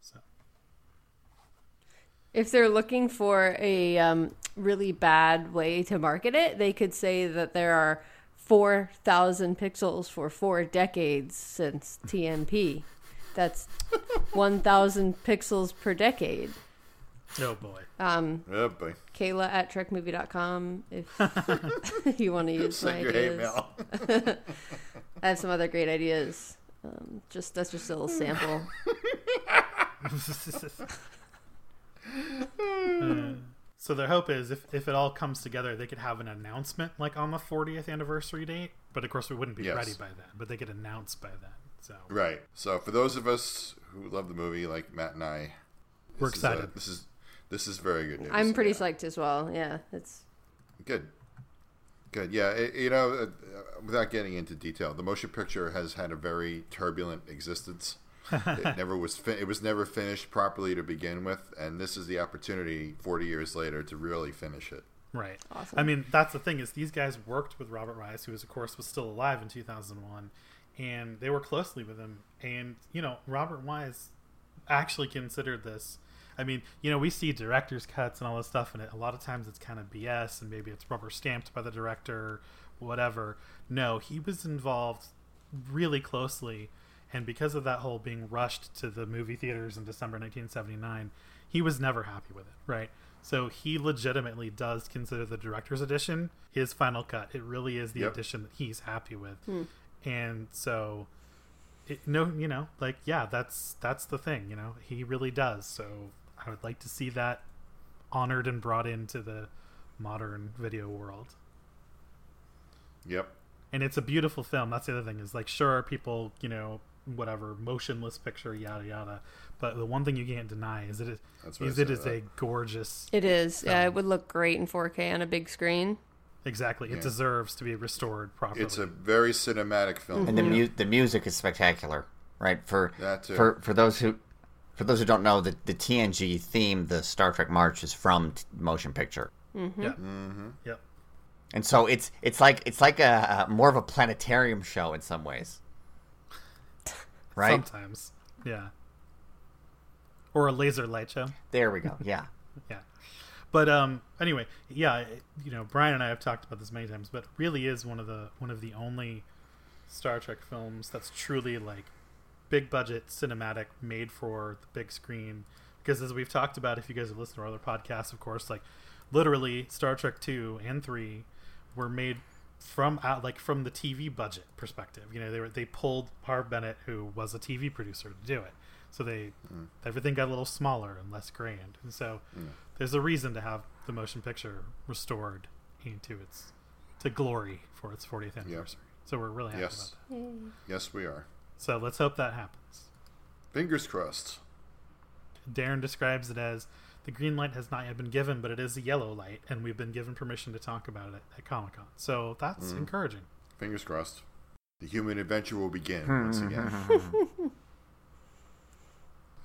S3: So
S2: If they're looking for a um, really bad way to market it, they could say that there are 4,000 pixels for four decades since TNP. That's 1,000 pixels per decade.
S3: oh boy,
S1: Oh boy,
S2: Kayla at trekmovie.com if you want to use my
S1: send your hate
S2: ideas.
S1: mail.
S2: I have some other great ideas. Um, just That's just a little sample.
S3: Uh, so their hope is if if it all comes together, they could have an announcement like on the 40th anniversary date. But of course, we wouldn't be
S1: Yes.
S3: ready by then. But they could announce by then. So
S1: Right. So, for those of us who love the movie, like Matt and I, this
S3: We're
S1: is, uh,
S3: excited.
S1: this is this is very good news.
S2: I'm pretty
S1: Yeah.
S2: psyched as well. Yeah, it's
S1: Good. Good. Yeah. It, you know, uh, uh, without getting into detail, the motion picture has had a very turbulent existence. it never was. Fi- it was never finished properly to begin with, and this is the opportunity, forty years later, to really finish it.
S3: Right.
S2: Awesome.
S3: I mean, that's the thing is these guys worked with Robert Rice, who was of course was still alive in 2001, and they were closely with him. And you know, Robert Wise actually considered this. I mean, you know, we see directors' cuts and all this stuff, and it, a lot of times it's kind of BS, and maybe it's rubber stamped by the director, whatever. No, he was involved really closely, and because of that whole being rushed to the movie theaters in December 1979, he was never happy with it, right? So he legitimately does consider the director's edition his final cut. It really is the
S1: Yep.
S3: edition that he's happy with, and so it, no, you know, like yeah, that's that's the thing, you know, he really does. So I would like to see that honored and brought into the modern video world
S1: Yep.
S3: and it's a beautiful film that's the other thing is like sure people you know whatever motionless picture yada yada but the one thing you can't deny is it is,
S1: That's what I
S3: is it
S1: said,
S3: is a
S1: uh,
S3: gorgeous
S2: it is. Yeah,
S3: Um,
S2: it would look great in 4K on a big screen.
S3: exactly it
S1: Yeah.
S3: deserves to be restored properly
S1: It's a very cinematic film.
S4: and the mu- the music is spectacular, right? For
S1: That too.
S4: for for those who for those who don't know, the the TNG theme, the Star Trek march, is from t- motion picture,
S3: yeah mm-hmm. yep
S4: and so it's it's like it's like a, a more of a planetarium show in some ways, right?
S3: sometimes yeah or a laser light show
S4: There we go. Yeah.
S3: yeah but um anyway yeah it- you know brian and i have talked about this many times but really is one of the one of the only star trek films that's truly like big budget cinematic made for the big screen because as we've talked about if you guys have listened to our other podcasts of course like literally star trek 2 and 3 were made from out like from the tv budget perspective you know they were they pulled harv bennett who was a tv producer to do it so they everything got a little smaller and less grand and so there's a reason to have the motion picture restored into its to glory for its 40th anniversary so we're really happy
S1: Yes.
S3: about that
S1: Yes, we are.
S3: so let's hope that happens
S1: Fingers crossed.
S3: Darren describes it as the green light has not yet been given, but it is a yellow light, and we've been given permission to talk about it at Comic Con. So that's
S1: Mm.
S3: encouraging.
S1: Fingers crossed. The human adventure will begin once again.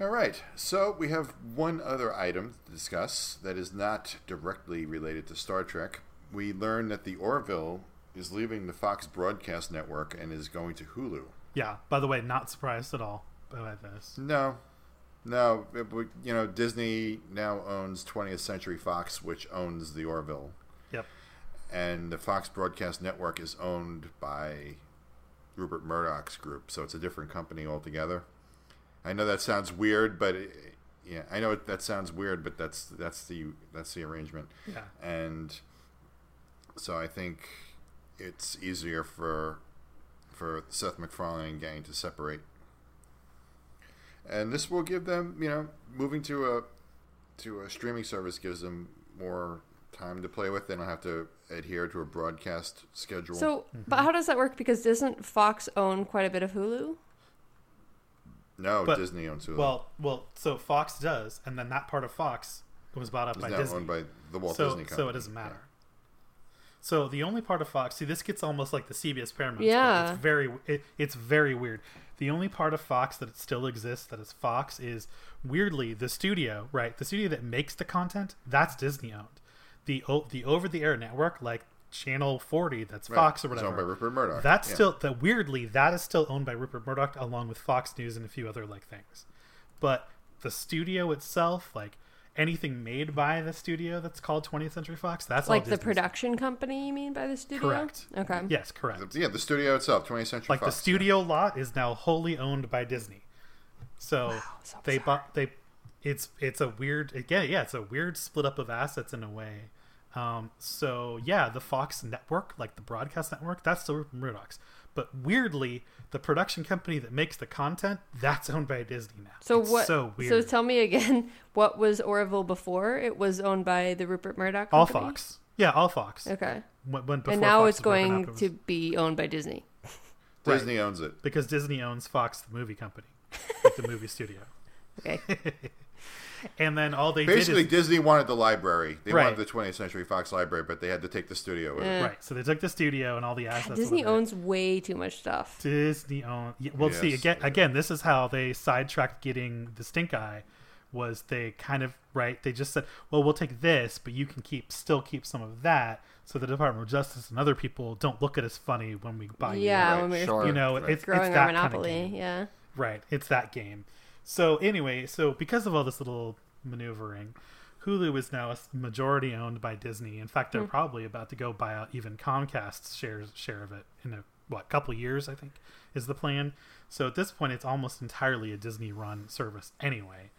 S1: All right. So we have one other item to discuss that is not directly related to Star Trek. We learn that the Orville is leaving the Fox broadcast network and is going to Hulu.
S3: Yeah. By the way, not surprised at all by this.
S1: No. No, it, would- you know, Disney now owns 20th Century Fox, which owns the Orville,
S3: Yep.
S1: and the Fox Broadcast Network is owned by Rupert Murdoch's group, so it's a different company altogether. I know that sounds weird, but it, yeah, I know it, that sounds weird, but that's that's the that's the arrangement,
S3: Yeah.
S1: and so I think it's easier for for Seth MacFarlane and gang to separate, and this will give them, you know, moving to a to a streaming service gives them more time to play with. They don't have to adhere to a broadcast schedule.
S2: So,
S3: Mm-hmm.
S2: but how does that work? Because doesn't Fox own quite a bit of Hulu?
S1: no,
S3: but-
S1: Disney owns Hulu.
S3: Well, well, so Fox does, and then that part of Fox was bought up
S1: it's
S3: by
S1: now
S3: Disney.
S1: owned by the Walt
S3: so,
S1: Disney Company.
S3: so it doesn't
S1: Yeah.
S3: matter. So the only part of Fox, see, this gets almost like the CBS Paramount. split.
S2: Yeah.
S3: it's very, it, it's very weird. The only part of Fox that still exists that is Fox is weirdly the studio, right? The studio that makes the content that's Disney owned. The o- the over the air network like Channel 40 that's
S1: Right.
S3: Fox or
S1: It's
S3: whatever.
S1: owned by Rupert Murdoch.
S3: That's
S1: Yeah.
S3: still that weirdly that is still owned by Rupert Murdoch along with Fox News and a few other like things. But the studio itself, like anything made by the studio that's called 20th Century Fox, that's all
S2: like the
S3: Disney's.
S2: production company, you mean by the studio?
S3: Correct.
S2: Okay.
S3: Yes, correct.
S1: The- yeah, the studio itself, 20th Century
S3: like
S1: Fox.
S3: the studio lot is now wholly owned by Disney. So
S2: so
S3: they bought they it's it's a weird again, yeah, it's a weird split up of assets in a way. Um, so yeah, the Fox network, like the broadcast network, that's still Rupert Murdoch's. But weirdly, the production company that makes the content, that's owned by Disney now.
S2: So
S3: It's
S2: what?
S3: so weird.
S2: tell me again, what was Orville before? It was owned by the Rupert Murdoch.
S3: all
S2: Company?
S3: Fox. Yeah, all Fox.
S2: Okay.
S3: When, when before
S2: and now
S3: Fox
S2: it's
S3: was broken
S2: going
S3: up, it was-
S2: to be owned by Disney.
S1: Disney owns it.
S3: because Disney owns Fox, the movie company, like the movie studio.
S2: Okay.
S3: And then all they did
S1: Basically,
S3: is
S1: Disney wanted the library. They
S3: Right.
S1: wanted the 20th Century Fox library, but they had to take the studio with it.
S3: Right. So they took the studio and all the assets.
S2: Uh, Disney
S3: over there.
S2: owns way too much stuff.
S3: Disney owned. Yeah, well, see
S1: Yes.
S3: again. Again, this is how they sidetracked getting the stink eye. Was they kind of right? They just said, "Well, we'll take this, but you can keep still keep some of that." So the Department of Justice and other people don't look at us funny when we buy you.
S2: yeah,
S1: right,
S2: when we were
S4: sure.
S3: You know,
S1: Right.
S3: it's,
S2: growing
S3: it's
S2: our
S3: that kind of
S2: monopoly.
S3: game.
S2: yeah.
S3: Right, it's that game. So anyway, so because of all this little maneuvering, Hulu is now a s- majority owned by Disney. In fact, they're probably about to go buy out even Comcast's shares share of it in a what couple years, I think, is the plan. So at this point, it's almost entirely a Disney run service anyway.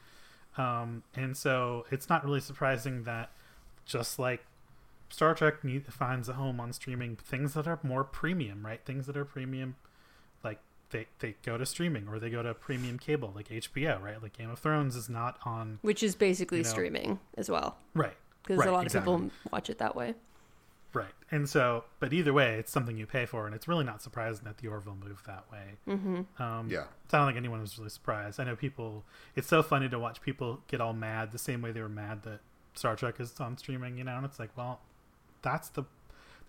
S3: Um, and so it's not really surprising that just like Star Trek need, finds a home on streaming things that are more premium, right? Things that are premium, like they they go to streaming or they go to premium cable, like HBO, right? Like Game of Thrones is not on,
S2: Which is basically
S3: You know.
S2: streaming as well,
S3: right?
S2: because
S3: Right,
S2: a lot
S3: exactly.
S2: of people watch it that way.
S3: Right. And so, but either way, it's something you pay for, and it's really not surprising that the Orville moved that way.
S2: Mm.
S3: Mm-hmm. Um,
S1: Yeah.
S3: It's not like anyone was really surprised. I know people, it's so funny to watch people get all mad the same way they were mad that Star Trek is on streaming, you know? And it's like, well, that's the.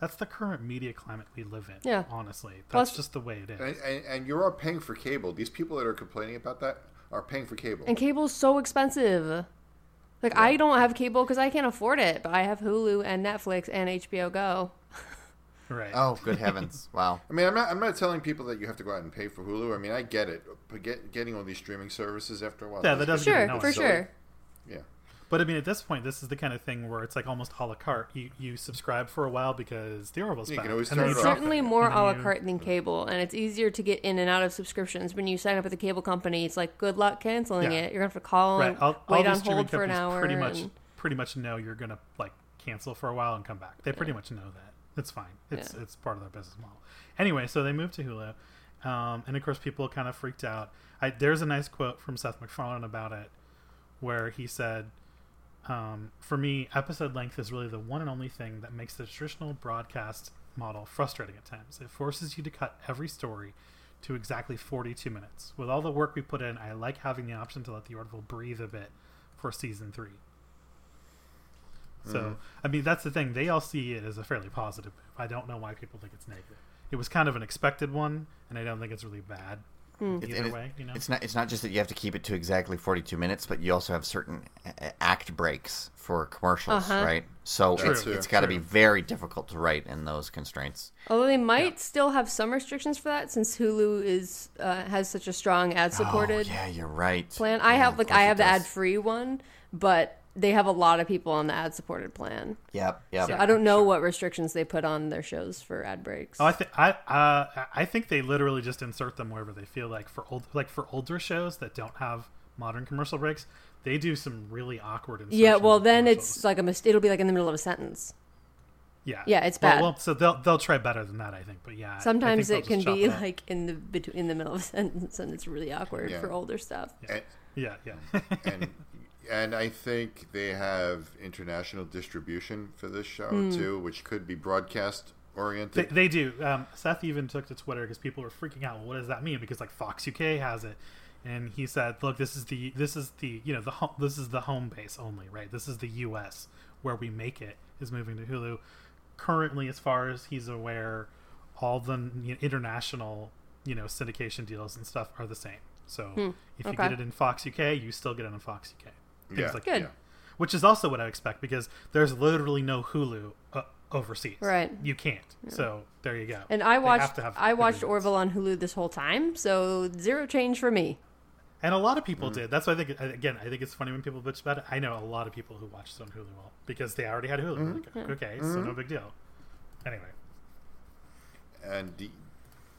S3: That's the current media climate we live in.
S2: Yeah.
S3: Honestly, that's
S2: Plus-
S3: just the way it is.
S1: And, and, and you're all paying for cable. These people that are complaining about that are paying for cable.
S2: And cable's so expensive. Like I don't have cable because I can't afford it, but I have Hulu and Netflix and HBO Go.
S3: Right.
S4: Oh, good heavens! Wow.
S1: I mean, I'm not, I'm not telling people that you have to go out and pay for Hulu. I mean, I get it. But get, getting all these streaming services after a while.
S3: Yeah, that doesn't even
S2: Sure,
S3: know it.
S2: for
S1: So-
S2: sure.
S1: Yeah.
S3: But I mean, at this point, this is the kind of thing where it's like almost a la carte. You you subscribe for a while because the Orville's
S1: You
S3: back.
S1: can always
S3: and then
S1: turn
S3: you
S1: it
S3: drop
S1: off.
S2: certainly more
S3: And
S2: a
S3: then
S2: la
S3: you-
S2: carte than cable, and it's easier to get in and out of subscriptions. When you sign up with a cable company, it's like good luck canceling
S3: Yeah.
S2: it. You're gonna have to call
S3: Right.
S2: and
S3: All, all
S2: wait
S3: these
S2: on
S3: streaming
S2: hold for an
S3: companies
S2: hour.
S3: pretty much
S2: and-
S3: pretty much know you're gonna like cancel for a while and come back. They pretty much know that. It's fine. It's
S2: Yeah.
S3: it's part of their business model. Anyway, so they moved to Hulu, um, and of course people kind of freaked out. I, there's a nice quote from Seth MacFarlane about it, where he said. Um, for me, episode length is really the one and only thing that makes the traditional broadcast model frustrating at times. It forces you to cut every story to exactly 42 minutes. With all the work we put in, I like having the option to let the Orville breathe a bit for season three. So,
S4: Mm.
S3: I mean, that's the thing. They all see it as a fairly positive move. I don't know why people think it's negative. It was kind of an expected one, and I don't think it's really bad.
S4: It's,
S3: Either
S4: and it-
S3: way, you know?
S4: it's not. It's not just that you have to keep it to exactly forty-two minutes, but you also have certain a- a- act breaks for commercials,
S2: Uh-huh.
S4: right? So it's,
S1: True,
S4: it's got to be very difficult to write in those constraints.
S2: Although they might still have some restrictions for that, since Hulu is uh, has such a strong ad-supported
S4: Oh, yeah, you're right.
S2: plan. I
S4: Yeah,
S2: have
S4: of
S2: like
S4: course
S2: I
S4: it
S2: have the
S4: does.
S2: ad-free one, but they have a lot of people on the ad-supported plan.
S4: Yep, yep.
S2: I don't know what restrictions they put on their shows for ad breaks.
S3: Oh, I think I uh, I think they literally just insert them wherever they feel like. For old like for older shows that don't have modern commercial breaks, they do some really awkward. Insertions
S2: yeah, well
S3: of
S2: then
S3: commercials.
S2: it's like a mistake. It'll be like in the middle of a sentence.
S3: yeah
S2: yeah, it's
S3: Well,
S2: bad.
S3: Well, so they'll they'll try better than that, I think. But yeah, I- I think
S2: Sometimes
S3: they'll
S2: it can
S3: just chop
S2: be
S3: up.
S2: like in the between in the middle of a sentence, and it's really awkward
S1: Yeah.
S2: for older stuff.
S1: And,
S3: yeah, yeah.
S1: and and I think they have international distribution for this show too, which could be broadcast
S3: Hmm. They,
S1: oriented.
S3: they do. Um, Seth even took to Twitter because people were freaking out. Well, what does that mean? Because like Fox UK has it, and he said, "Look, this is the this is the you know the home, this is the home base only, right? This is the U.S. where we make it is moving to Hulu. Currently, as far as he's aware, all the you know, international you know syndication deals and stuff are the same. So if you
S2: Hmm. okay.
S3: get it in Fox UK, you still get it in Fox UK. Things
S1: Yeah,
S3: like
S2: Good.
S1: yeah.
S3: which is also what I expect because there's literally no Hulu uh, overseas.
S2: Right.
S3: You can't. So there you go.
S2: And I
S3: They
S2: watched
S3: have to have
S2: I watched
S3: originals.
S2: Orville on Hulu this whole time, so zero change for me.
S3: and a lot of people
S1: Mm.
S3: did. That's why I think again I think it's funny when people bitch about it. I know a lot of people who watched it on Hulu all because they already had Hulu.
S1: Mm-hmm.
S3: Like, okay, so no big deal. Anyway,
S1: And the,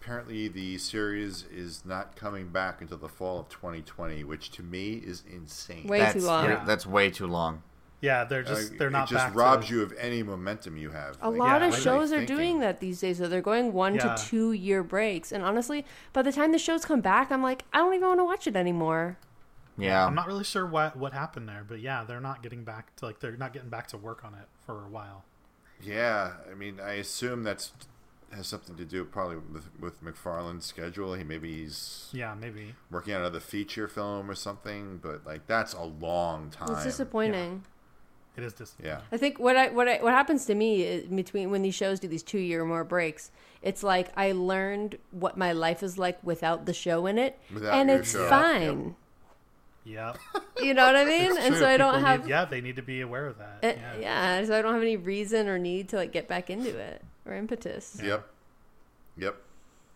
S1: apparently, the series is not coming back until the fall of 2020, which to me is insane.
S2: Wait. Way
S4: That's,
S2: too long.
S4: yeah, that's way too long.
S3: yeah, they're
S1: Uh,
S3: just they're not
S1: It just
S3: back
S1: robs
S3: to,
S1: you of any momentum you have.
S2: A
S1: Like,
S2: lot
S3: Yeah,
S2: of
S1: what
S2: shows
S1: they
S2: are
S1: thinking?
S2: doing that these days, though. They're going one
S3: Yeah.
S2: to two year breaks. And honestly, by the time the shows come back, I'm like, I don't even want to watch it anymore.
S4: Yeah,
S3: I'm not really sure what what happened there, but yeah, they're not getting back to like they're not getting back to work on it for a while.
S1: Yeah, I mean, I assume that's has something to do probably with, with McFarlane's schedule. He maybe he's
S3: Yeah, maybe.
S1: working on another feature film or something, but like that's a long time.
S2: It's disappointing.
S3: It is just
S1: Yeah.
S2: I think what I what I, what happens to me is between when these shows do these two year or more breaks, it's like I learned what my life is like without the show in it,
S1: Without
S2: and
S1: your
S2: it's
S1: show.
S2: fine.
S3: Yeah.
S2: You know what I mean?
S1: It's
S2: and
S1: true.
S2: so I don't
S3: People
S2: have
S3: need- yeah, they need to be aware of that.
S2: it-
S3: yeah.
S2: yeah. so I don't have any reason or need to like get back into it or impetus.
S1: Yep. Yep.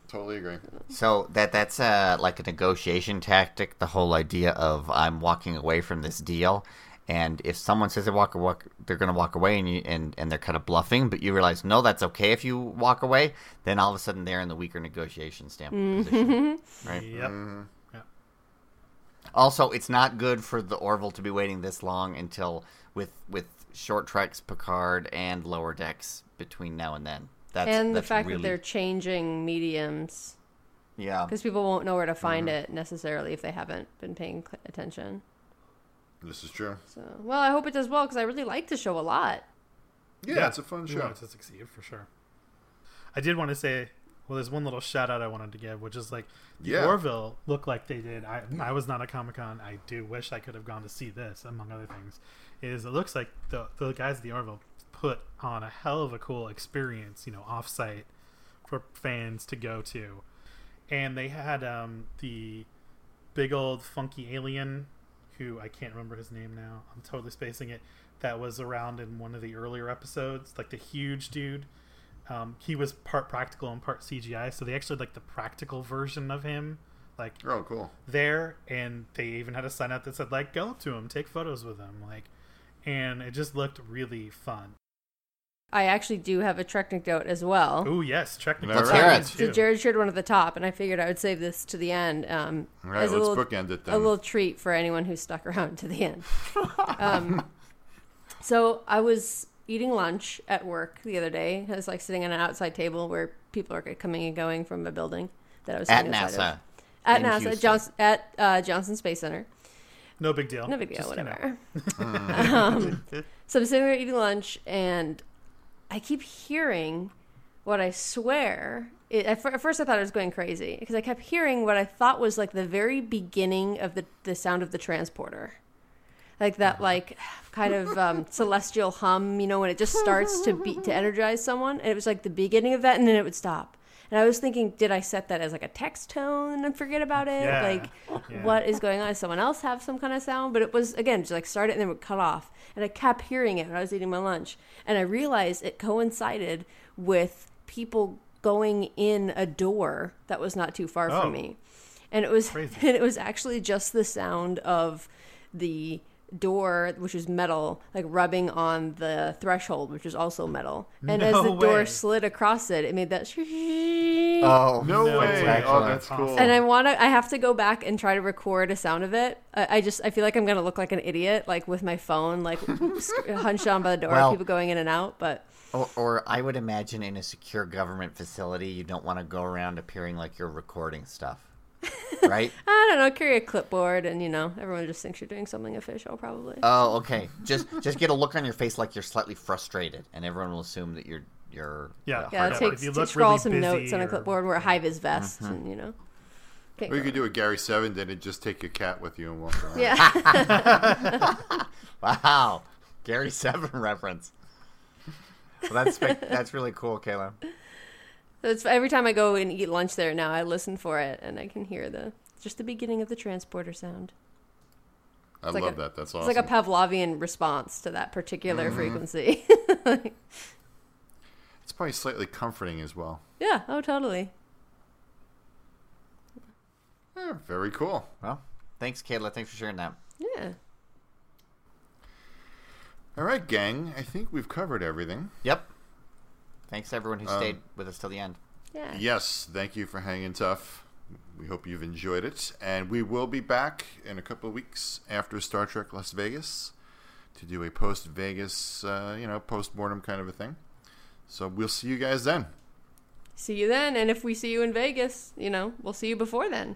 S1: Totally agree.
S4: So that that's uh, like a negotiation tactic. The whole idea of I'm walking away from this deal, and if someone says they walk, walk they're going to walk away, and you and, and they're kind of bluffing, but you realize no, that's okay if you walk away. Then all of a sudden they're in the weaker negotiation stamp
S2: Mm-hmm.
S4: position, right?
S3: Yep.
S4: Also, it's not good for the Orville to be waiting this long until with with short treks, Picard, and lower decks between now and then. That's
S2: and the
S4: that's
S2: fact
S4: really,
S2: that they're changing mediums
S4: yeah
S2: because people won't know where to find
S4: Mm-hmm.
S2: it necessarily if they haven't been paying cl- attention.
S1: This is true.
S2: So, well, I hope it does well because I really like the show a lot.
S1: Yeah, it's a fun
S3: we
S1: show.
S3: want it to succeed for sure. I did want to say, well, there's one little shout out I wanted to give, which is like the
S1: Yeah.
S3: Orville looked like they did. I, I was not at Comic Con. I do wish I could have gone to see this, among other things. Is it looks like the the guys at the Orville put on a hell of a cool experience, you know, offsite for fans to go to, and they had um, the big old funky alien who I can't remember his name now. I'm totally spacing it. That was around in one of the earlier episodes, like the huge dude. Um, he was part practical and part CGI, so they actually had, like the practical version of him, like
S1: Oh, cool.
S3: there. And they even had a sign out that said like, "Go up to him, take photos with him," like, and it just looked really fun.
S2: I actually do have a Trek anecdote as well.
S3: Oh yes, technically,
S1: Let's
S4: hear it.
S2: So Jared shared one at the top, and I figured I would save this to the end um,
S1: All right,
S2: as a
S1: let's
S2: little
S1: bookend it then.
S2: a little treat for anyone who stuck around to the end. um, so I was eating lunch at work the other day. I was like sitting at an outside table where people are coming and going from a building that I was
S4: at
S2: sitting outside
S4: NASA.
S2: Of. At
S4: in
S2: NASA,
S4: Houston.
S2: Johns- at uh, Johnson Space Center.
S3: No big deal.
S2: No big deal,
S3: Just, you know,
S2: whatever. um, so I'm sitting there eating lunch, and I keep hearing what I swear. It, at, fir- at first, I thought I was going crazy because I kept hearing what I thought was like the very beginning of the, the sound of the transporter, like that like kind of um, celestial hum, you know, when it just starts to beat to energize someone, and it was like the beginning of that, and then it would stop. And I was thinking, did I set that as like a text tone and forget about it?
S3: Yeah.
S2: Like,
S3: Yeah.
S2: what is going on? Does someone else have some kind of sound? But it was again just like started and then would cut off, and I kept hearing it when I was eating my lunch, and I realized it coincided with people going in a door that was not too far
S3: Oh.
S2: from me, and it was
S3: Crazy.
S2: and it was actually just the sound of the door which was metal like rubbing on the threshold which was also metal and as
S3: No
S2: the door
S3: way.
S2: slid across it it made that
S4: Oh
S1: No,
S3: No,
S1: way.
S3: it's
S1: Oh,
S4: excellent.
S1: that's cool.
S2: and I want to. I have to go back and try to record a sound of it. I, I just. I feel like I'm gonna look like an idiot, like with my phone, like sc- hunched down by the door,
S4: Well-
S2: people going in and out. But
S4: Or, or I would imagine in a secure government facility, you don't want to go around appearing like you're recording stuff, right?
S2: I don't know. Carry a clipboard, and you know, everyone just thinks you're doing something official, probably.
S1: Uh,
S4: oh, okay. Just just get a look on your face like you're slightly frustrated, and everyone will assume that you're you're
S3: Yeah.
S4: uh,
S2: yeah,
S4: hard-
S2: it
S3: if
S2: takes
S3: you
S2: to
S3: look
S2: scrawl
S3: really
S2: some notes
S3: busy
S2: on a
S3: or-
S2: clipboard. Wear a high vis vest, and you know. Can't
S1: Or you Mm-hmm.
S2: go
S1: could do a Gary Seven did and just take your cat with you and walk around.
S2: wrong. yeah.
S4: Wow, Gary Seven reference. Well, that's spec- that's really cool, Caleb.
S2: So it's every time I go and eat lunch there now, I listen for it, and I can hear the just the beginning of the transporter sound.
S1: I
S2: like
S1: love
S2: a-
S1: that. That's
S2: It's
S1: awesome. Mm-hmm.
S2: like a Pavlovian response to that particular frequency.
S1: It's probably slightly comforting as well.
S2: yeah. Oh, totally.
S1: Yeah, very cool.
S4: Well, thanks, Caleb. Thanks for sharing that.
S2: Yeah.
S1: All right, gang. I think we've covered everything.
S4: Yep. Thanks to everyone who stayed with us till the end.
S2: Yeah.
S1: Yes, thank you for hanging tough. We hope you've enjoyed it, and we will be back in a couple of weeks after Star Trek Las Vegas to do a post Vegas, uh, you know, post mortem kind of a thing. So we'll see you guys then.
S2: See you then. And if we see you in Vegas, you know, we'll see you before then.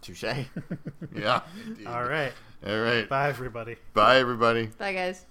S4: Touche.
S1: Yeah.
S3: All right.
S1: All right.
S3: Bye, everybody.
S1: Bye everybody.
S2: Bye, guys.